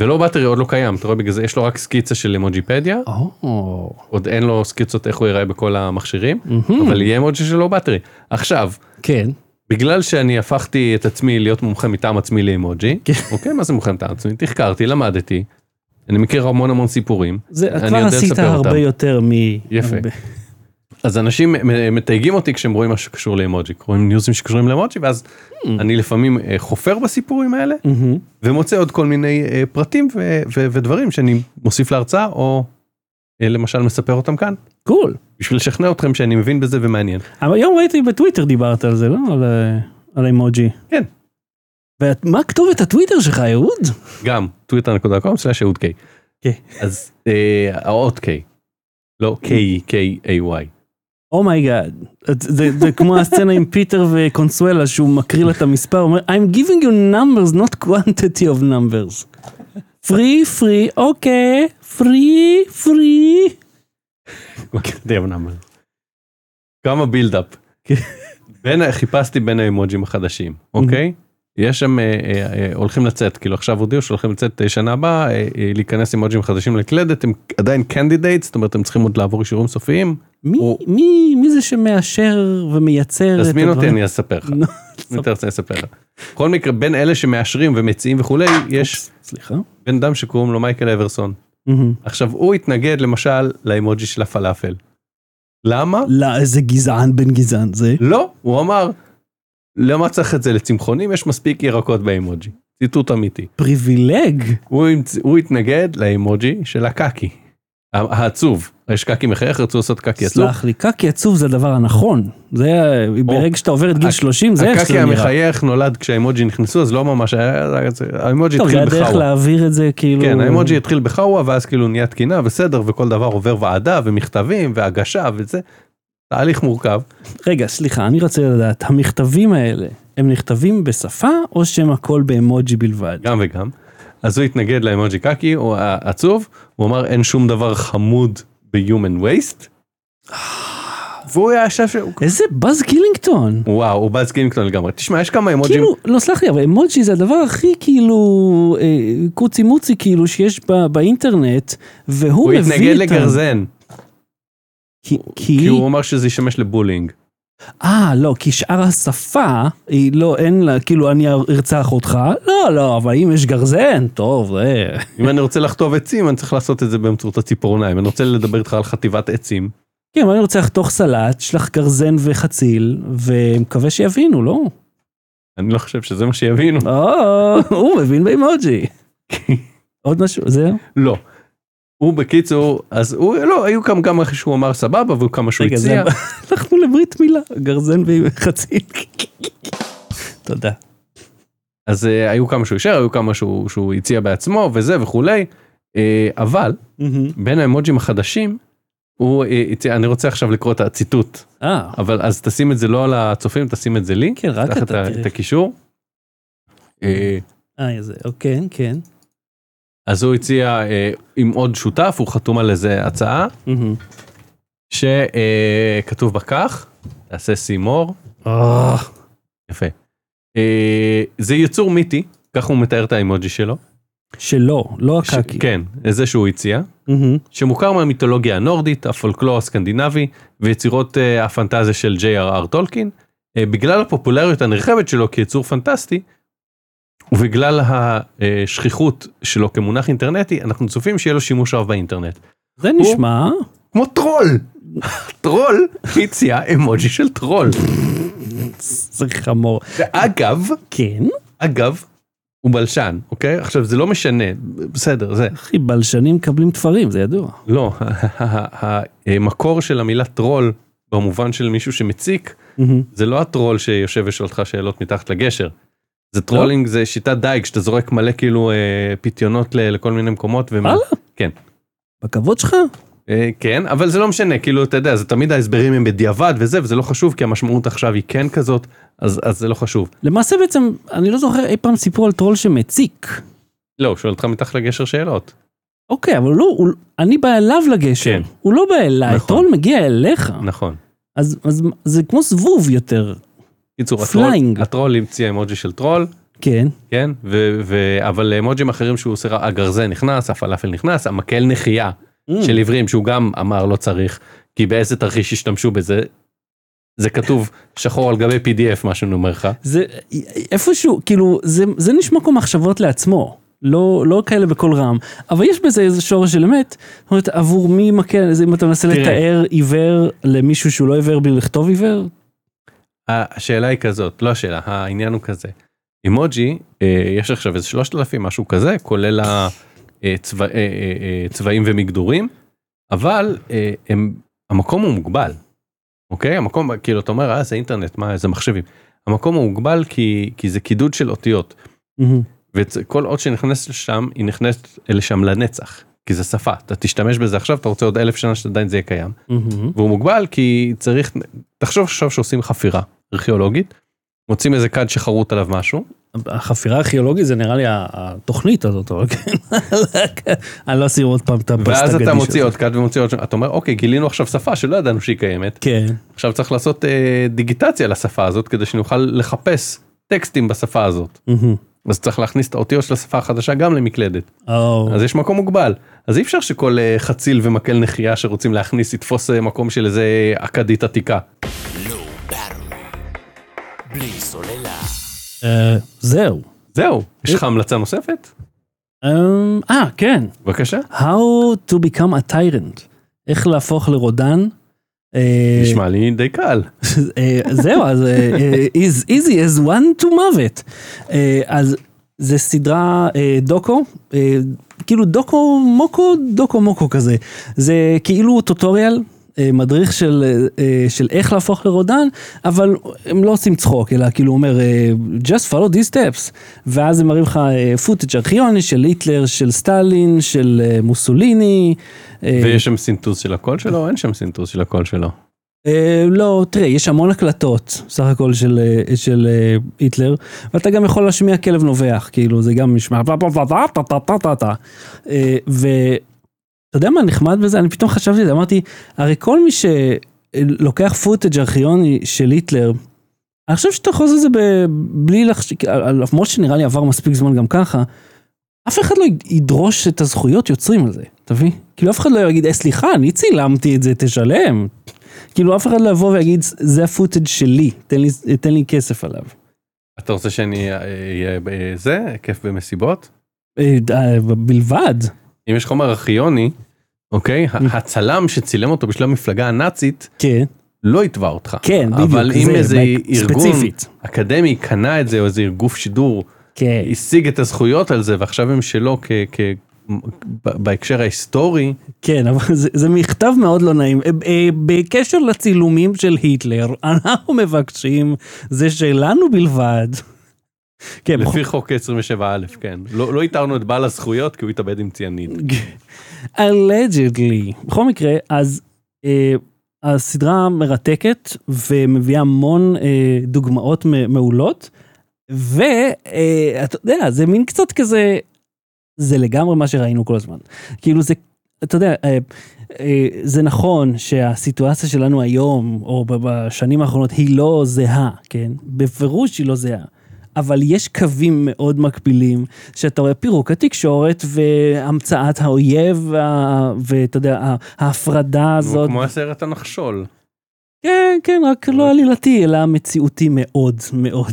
ולא בטרי עוד לא קיים, אתה רואה, בגלל זה יש לו רק סקיצה של אמוג'יפדיה,
או,
עוד אין לו סקיצות איך הוא ייראה בכל המכשירים,
מהמם.
אבל יהיה אמוג'י שלא בטרי. עכשיו,
כן,
בגלל שאני הפכתי את עצמי להיות מומחה מטעם עצמי לאמוג'י,
כן.
אוקיי, מה זה מומחה מטעם עצמי? תחקרתי, למדתי, אני מכיר המון המון סיפורים.
זה, את
אני
כבר
יודע
עשית
לספר
הרבה
אותם.
יותר מ...
יפה.
הרבה.
אז אנשים מ- מתייגים אותי כשהם רואים משהו שקשור לאמוג'י, רואים ניוזים שקשורים לאמוג'י, ואז אני לפעמים אה, חופר בסיפורים האלה,
מהמם.
ומוצא עוד כל מיני אה, פרטים ו- ו- ודברים שאני מוסיף להרצאה, או אה, למשל מספר אותם כאן,
קול.
בשביל לשכנע אתכם שאני מבין בזה ומעניין.
אבל היום ראיתי בטוויטר דיברת על זה, לא? על, אה, על אימוג'י.
כן.
ומה כתובת הטוויטר שלך, אהוד?
גם, twitter.com/אהוד קיי.
כן.
אז אה, האות קיי. לא, K-K-A-Y.
Oh אומייגאד. זה זה כמו הסצנה עם פיטר וקונסואלה שהוא מקריא לה את המספר, הוא אומר I'm giving you numbers not quantity of numbers. פרי פרי אוקיי פרי פרי.
כמה בילדאפ.
כן.
בין ה- חיפשתי בין האמוג'ים החדשים, אוקיי? יש שם, אה, אה, אה, הולכים לצאת, כאילו עכשיו הודיעו שהולכים לצאת אה, שנה הבאה, אה, אה, להיכנס אמוג'ים חדשים לקלדת, הם עדיין קנדידייטס, זאת אומרת הם צריכים עוד לעבור אישורים סופיים.
מי-
הוא-
מי מי זה שמאשר ומייצר את
תזמין אותי,
הדברים? לא,
אני אספר לך.
נו,
אם תרצה, אני אספר לך. בכל מקרה, בין אלה שמאשרים ומציעים וכולי, יש
סליחה.
בן אדם שקוראים לו מייקל אברסון.
מהמם.
עכשיו, הוא התנגד למשל לאמוג'י של הפלאפל. למה?
לא, איזה גזען בן גזען זה.
לא, הוא אמר, למה צריך את זה לצמחונים? יש מספיק ירקות באימוג'י. ציטוט אמיתי.
פריבילג.
הוא, המצ- הוא התנגד לאימוג'י של הקקי. ה- העצוב. יש קקי מחייך, רצו לעשות קקי עצוב.
סלח לי, קקי עצוב זה הדבר הנכון. זה, ברגע שאתה עובר את גיל
הק-
30, זה איך
הקקי
שזה נראה.
המחייך נולד כשהאימוג'י נכנסו, אז לא ממש היה... זה- האימוג'י
טוב, זה
התחיל
הדרך
בחאווה.
להעביר את זה, כאילו...
כן, האימוג'י התחיל בחאווה, ואז כאילו נהיה תקינה וסדר, וכל דבר עובר ועדה, ומכתבים, והגשה, וזה. תהליך מורכב.
רגע, סליחה, אני רוצה לדעת, המכתבים האלה, הם נכתבים בשפה, או שהם הכל באמוג'י בלבד?
גם וגם. אז הוא התנגד לאמוג'י קקי, הוא ה- עצוב, הוא אמר אין שום דבר חמוד ב-human waste. והוא היה ישב ש...
איזה באז קילינגטון.
וואו, הוא באז קינגטון לגמרי. תשמע, יש כמה אמוג'ים,
כאילו, לא, סלח לי, אבל אמוג'י זה הדבר הכי כאילו אה, קוצי מוצי כאילו שיש ב- באינטרנט, והוא
הוא
מביא
התנגד
איתם.
לגרזן,
כי-
כי הוא אמר שזה ישמש לבולינג.
אה, לא, כי שאר השפה, היא לא, אין לה, כאילו, אני ארצח אותך, לא, לא, אבל אם יש גרזן, טוב, זה...
אם אני רוצה לחטוב עצים, אני צריך לעשות את זה באמצעות הציפורניים. אני רוצה לדבר איתך על חטיבת עצים.
כן, אבל אני רוצה לחתוך סלט, שלח גרזן וחציל, ומקווה שיבינו, לא?
אני לא חושב שזה מה שיבינו.
או, אה, הוא מבין באימוג'י. עוד משהו, זהו?
לא. הוא בקיצור, אז הוא, לא, היו כמה כמה שהוא אמר סבבה, והיו כמה שהוא
רגע, זה...
הציע.
הלכנו לברית מילה, גרזן וחציל. תודה.
אז אה, היו כמה שהוא אישר, היו כמה שהוא, שהוא הציע בעצמו וזה וכולי. אה, אבל
מהמם.
בין האמוג'ים החדשים, הוא, אה, הצ- אני רוצה עכשיו לקרוא את הציטוט,
אה,
אבל אז תשים את זה לא על הצופים, תשים את זה לי.
כן, רק אתה
תפתח את ה-
תראה.
את הקישור. אה,
אה, זה, אוקיי, כן.
אז הוא הציע אה, עם עוד שותף, הוא חתום על איזה הצעה,
מהמם.
שכתוב בה כך, תעשה סיימור. יפה. אה, זה יצור מיתי, כך הוא מתאר את האימוג'י שלו.
שלא, לא
ש-
הקקי.
כן, זה שהוא הציע.
מהמם.
שמוכר מהמיתולוגיה הנורדית, הפולקלור הסקנדינבי ויצירות אה, הפנטזיה של J.R.R. טולקין. אה, בגלל הפופולריות הנרחבת שלו כיצור פנטסטי, ובגלל השכיחות שלו כמונח אינטרנטי, אנחנו צופים שיהיה לו שימוש רב באינטרנט.
זה נשמע,
כמו טרול! טרול הציע אמוג'י של טרול.
זה חמור.
ואגב,
כן,
אגב, הוא בלשן, אוקיי? עכשיו זה לא משנה, בסדר, זה.
אחי, בלשנים מקבלים תפרים, זה ידוע.
לא, המקור אה, של המילה טרול, במובן של מישהו שמציק,
מהמם.
זה לא הטרול שיושב ושואל אותך שאלות מתחת לגשר. זה טרולינג, זה שיטת דייג שאתה זורק מלא כאילו אה, פיתיונות ל- לכל מיני מקומות. ומה...
וואלה?
כן.
בכבוד שלך?
אה, כן, אבל זה לא משנה, כאילו, אתה יודע, זה תמיד ההסברים הם בדיעבד וזה, וזה לא חשוב, כי המשמעות עכשיו היא כן כזאת, אז, אז זה לא חשוב.
למעשה בעצם, אני לא זוכר אי פעם סיפור על טרול שמציק.
לא, הוא שואל אותך מתחת לגשר שאלות.
אוקיי, אבל לא, הוא, אני בא אליו לגשר.
כן.
הוא לא בא אליי,
נכון.
טרול מגיע אליך.
נכון.
אז, אז זה כמו זבוב יותר.
קיצור, הטרול,
פליינג.
הטרול המציע אמוג'י של טרול,
כן.
כן, ו, ו, אבל אמוג'ים אחרים שהוא עושה, הגרזן נכנס, הפלאפל נכנס, המקל נחייה.
Mm.
של עברים שהוא גם אמר לא צריך כי באיזה תרחיש השתמשו בזה. זה כתוב שחור על גבי pdf מה שאני אומר לך.
זה איפשהו, כאילו, זה, זה נשמע כמו מחשבות לעצמו. לא, לא כאלה בקול רם, אבל יש בזה איזה שורש של אמת. זאת אומרת, עבור מי מקל, זה אם אתה מנסה
תראה.
לתאר עיוור למישהו שהוא לא עיוור בלי לכתוב עיוור?
ה- השאלה היא כזאת לא השאלה העניין הוא כזה. אימוג'י אה, יש עכשיו איזה 3,000 משהו כזה כולל הצבעים אה, אה, אה, צבעים ומגדורים אבל אה, הם, המקום הוא מוגבל. אוקיי המקום כאילו אתה אומר אה, זה אינטרנט מה זה מחשבים המקום הוא מוגבל כי כי זה קידוד של אותיות
מהמם.
וכל אות שנכנסת לשם, היא נכנסת לשם לנצח. כי זה שפה, אתה תשתמש בזה עכשיו, אתה רוצה עוד אלף שנה שעדיין זה יהיה קיים.
מהמם.
והוא מוגבל כי צריך, תחשוב עכשיו שעושים חפירה ארכיאולוגית, מוצאים איזה כד שחרוט עליו משהו,
החפירה הארכיאולוגית זה נראה לי ה- התוכנית הזאת, אבל כן. אני לא אשים עוד פעם את הפסטה
ואז אתה
גדיש
מוציא
הזאת.
עוד כד ומוציא עוד, אתה אומר אוקיי, גילינו עכשיו שפה שלא ידענו שהיא קיימת,
כן.
עכשיו צריך לעשות אה, דיגיטציה לשפה הזאת כדי שנוכל לחפש טקסטים בשפה הזאת.
מהמם.
אז צריך להכניס את האותיות של השפה החדשה גם למקלדת.
או.
אז יש מקום מוגבל אז אי אפשר שכל אה, חציל ומקל נחייה שרוצים להכניס יתפוס אה, מקום של איזה אכדית עתיקה.
Low Battery. בלי סוללה.
אה, זהו.
זהו יש
אה.
לך המלצה נוספת
אמ, אה, כן.
בבקשה
How to become a tyrant. איך להפוך לרודן. אה,
נשמע לי די קל
אה, זהו, אז אה, אה, is easy as one to מוות. אה, אז זה סדרה אה, דוקו, אה, כאילו דוקו מוקו, דוקו מוקו כזה. זה כאילו טוטוריאל. אה, מדריך של, אה, אה, של איך להפוך לרודן, אבל הם לא עושים צחוק, אלא כאילו הוא אומר, אה, just follow these steps, ואז הם מראים לך פוטג' ארכיוני של היטלר, של סטלין, של אה, מוסוליני. אה,
ויש שם סינטוז של הקול שלו אין שם סינטוז של הקול שלו.
אה, לא, תראה, יש המון הקלטות, סך הכל של, אה, של אה, היטלר, ואתה גם יכול להשמיע כלב נובח, כאילו, זה גם נשמע טה טה טה טה טה טה טה טה. אה, ואתה יודע מה נחמד בזה? אני פתאום חשבתי על זה, אמרתי, הרי כל מי שלוקח פוטג' ארכיוני של היטלר, אני חושב שאתה יכול לעשות את זה ב- בלי לחשוב, למרות שנראה לי עבר מספיק זמן גם ככה, אף אחד לא ידרוש את הזכויות יוצרים על זה, אתה מבין? כאילו אף אחד לא יגיד, "אה, סליחה, אני צילמתי את זה, תשלם. כאילו אף אחד לא יבוא ויגיד, זה הפוטג' שלי, תן לי, תן לי כסף עליו.
אתה רוצה שאני אה, אהיה אה, זה כיף במסיבות
אה, אה, בלבד.
אם יש חומר ארכיוני אוקיי
אה.
ה- הצלם שצילם אותו בשביל המפלגה הנאצית
כן,
לא יתבע אותך
כן, בדיוק.
אבל אם
זה,
איזה
מה-
ארגון
ספציפית.
אקדמי קנה את זה או איזה גוף שידור
כן.
השיג את הזכויות על זה ועכשיו הם שלו כ... כ... ב- בהקשר ההיסטורי
כן, אבל זה, זה מכתב מאוד לא נעים. אה, אה, בקשר לצילומים של היטלר, אנחנו מבקשים, זה שלנו בלבד. כן, בכל-
לפי חוק 27א, כן. לא לא איתרנו את בעל הזכויות כי הוא התאבד עם ציאניד.
אלג'דלי. בכל מקרה, אז אה, הסדרה מרתקת ומביאה המון אה, דוגמאות מ- מעולות, ואתה יודע, זה מין קצת כזה, זה לגמרי מה שראינו כל הזמן. כאילו זה, אתה יודע, אה, אה, זה נכון שהסיטואציה שלנו היום, או ב- בשנים האחרונות, היא לא זהה, כן? בפירוש היא לא זהה. אבל יש קווים מאוד מקבילים, שאתה רואה פירוק התקשורת והמצאת האויב, וה- ואתה יודע, ה- ההפרדה
הוא
הזאת.
כמו הסרט הנחשול.
כן, כן, רק לא
רק-
עלילתי, אלא מציאותי מאוד מאוד.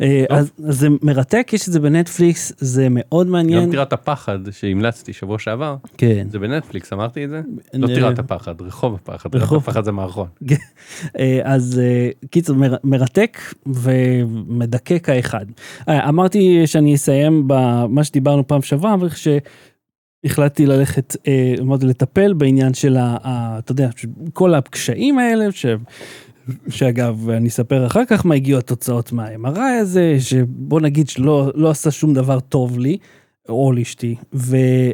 אה,
טוב.
אז אז זה מרתק, יש את זה בנטפליקס, זה מאוד
גם
מעניין.
טירת הפחד שהמלצתי שבוע שעבר,
כן.
זה בנטפליקס, אמרתי את זה? לא
אה,
טירת הפחד, רחוב הפחד, טירת
רחוב.
הפחד זה מערכון.
אה, אז אה, קיצור, מר- מרתק ומדכא כאחד. אה, אמרתי שאני אסיים במה שדיברנו פעם שעברה, אבל שהחלטתי ללכת, אה, אמרתי, לטפל בעניין של, ה- ה- אתה יודע, ש- כל הקשיים האלה, ש... שאגב, אני אספר אחר כך מה הגיעו התוצאות מה-MRI הזה, שבוא נגיד שלא לא עשה שום דבר טוב לי, או לאשתי, וה...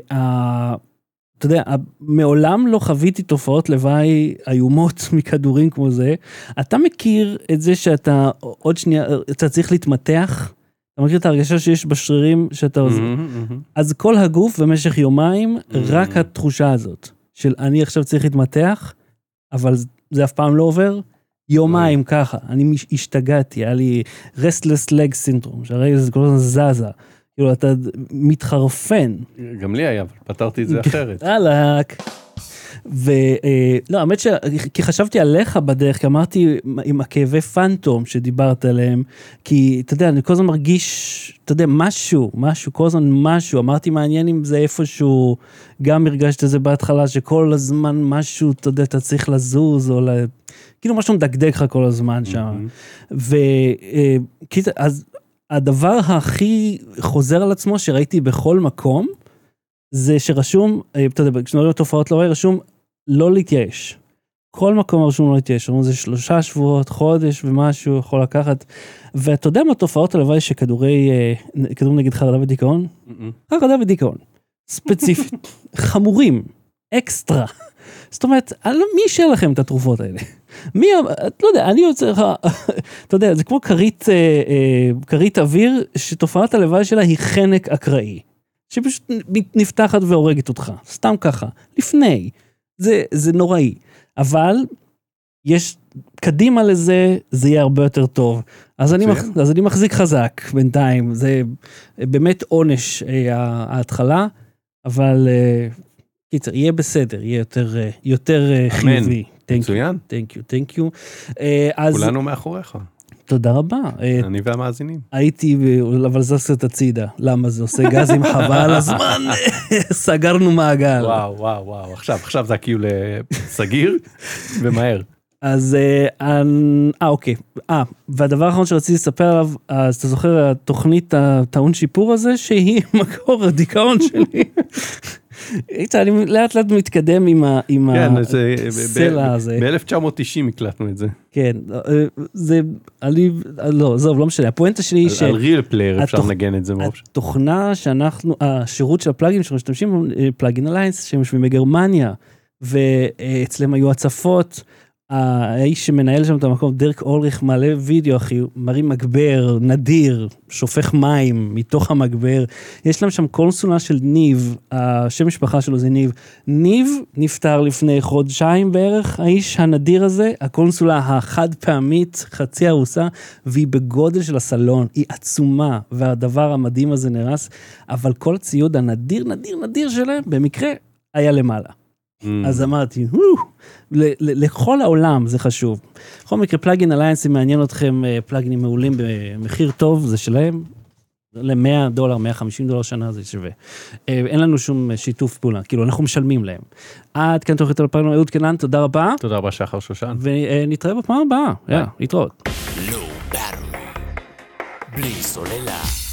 אתה יודע, מעולם לא חוויתי תופעות לוואי איומות מכדורים כמו זה. אתה מכיר את זה שאתה עוד שנייה, אתה צריך להתמתח? אתה מכיר את ההרגשה שיש בשרירים שאתה... Mm-hmm.
מהמם, מהמם.
אז כל הגוף במשך יומיים, mm-hmm. רק
Mhm.
התחושה הזאת של אני עכשיו צריך להתמתח, אבל זה אף פעם לא עובר. יומיים ככה, אני מש- השתגעתי, היה לי restless leg syndrome, שהרגל זה כל הזמן זזה. כאילו, אתה מתחרפן.
גם לי היה, אבל פתרתי את זה אחרת.
אהלק. ולא, אה, לא, האמת ש... כי חשבתי עליך בדרך, כי אמרתי עם הכאבי פנטום שדיברת עליהם, כי אתה יודע, אני כל הזמן מרגיש, אתה יודע, משהו, משהו, כל הזמן משהו. אמרתי, מעניין אם זה איפשהו, גם הרגשת את זה בהתחלה, שכל הזמן משהו, אתה יודע, אתה צריך לזוז, או ל... כאילו משהו מדגדג לך כל הזמן שם.
מהמם.
וכאילו, אה, אז הדבר הכי חוזר על עצמו שראיתי בכל מקום, זה שרשום, אה, אתה יודע, כשמדברים על תופעות לוואי, רשום לא להתייאש. כל מקום רשום לא להתייאש, אומרים זה שלושה שבועות, חודש ומשהו יכול לקחת. ואתה יודע מה תופעות הלוואי שכדורי, אה, נ- כדור נגד חרדה ודיכאון?
מהמם.
חרדה ודיכאון. ספציפית. חמורים. אקסטרה. זאת אומרת, אני לא- מי אישר לכם את התרופות האלה? מי, ה- את לא יודע, אני יוצא לך, אתה יודע, זה כמו כרית, אה, אה, כרית אוויר, שתופעת הלוואי שלה היא חנק אקראי. שפשוט נ- נפתחת והורגת אותך, סתם ככה, לפני. זה, זה נוראי. אבל, יש, קדימה לזה, זה יהיה הרבה יותר טוב. אז אני, מח,
מצוין.
אז אני מחזיק חזק בינתיים, זה באמת עונש אה, ההתחלה, אבל אה, קיצר, יהיה בסדר, יהיה יותר, אה, יותר אה,
אמן.
חיובי. Thank you,
מצוין,
Thank you, thank you. אה, אז
כולנו מאחוריך,
תודה רבה. אה,
אני והמאזינים.
הייתי, ב- אבל זז קצת הצידה. למה זה עושה גזים חבל הזמן? סגרנו מעגל.
וואו, וואו, וואו, עכשיו, עכשיו זה הכאילו סגיר ומהר.
אז אה, אנ- אה, אוקיי. אה, והדבר האחרון שרציתי לספר עליו, אז אתה זוכר התוכנית הטעון שיפור הזה, שהיא מקור הדיכאון שלי. איתה, אני לאט לאט מתקדם עם ה... עם ה-
כן, זה...
הסלע הזה.
ב-1990 הקלטנו את זה.
כן, אה, זה, אני, לא, עזוב, לא משנה, הפואנטה שלי היא
על-
ש...
על ריל פלייר אפשר
התוכ-
לנגן את זה מראש.
התוכנה שאנחנו, השירות של הפלאגים שאנחנו משתמשים בו, אה, פלאגין אליינס, שהם יושבים בגרמניה, ואצלם היו הצפות. האיש שמנהל שם את המקום, דרק אולריך, מעלה וידאו, אחי, הוא מרים מגבר, נדיר, שופך מים מתוך המגבר. יש להם שם קונסולה של ניב, השם משפחה שלו זה ניב. ניב נפטר לפני חודשיים בערך, האיש הנדיר הזה, הקונסולה החד פעמית, חצי הרוסה, והיא בגודל של הסלון, היא עצומה, והדבר המדהים הזה נהרס, אבל כל הציוד הנדיר, נדיר, נדיר שלהם, במקרה, היה למעלה.
Mm.
אז אמ- אמרתי, "הו, ל- ל- לכל העולם זה חשוב. בכל מקרה, פלאגין אליינס, אם מעניין אתכם, אה, פלאגינים מעולים במחיר טוב, זה שלהם. ל-100 דולר, 150 דולר שנה זה שווה. אה, אין לנו שום אה, שיתוף פעולה, כאילו, אנחנו משלמים להם. עד כאן תוכנית אלפיים, אהוד קנן, תודה רבה,
תודה רבה שחר שושן.
ונתראה בפעם הבאה. יאללה, להתראות.
Low Battery. בלי סוללה.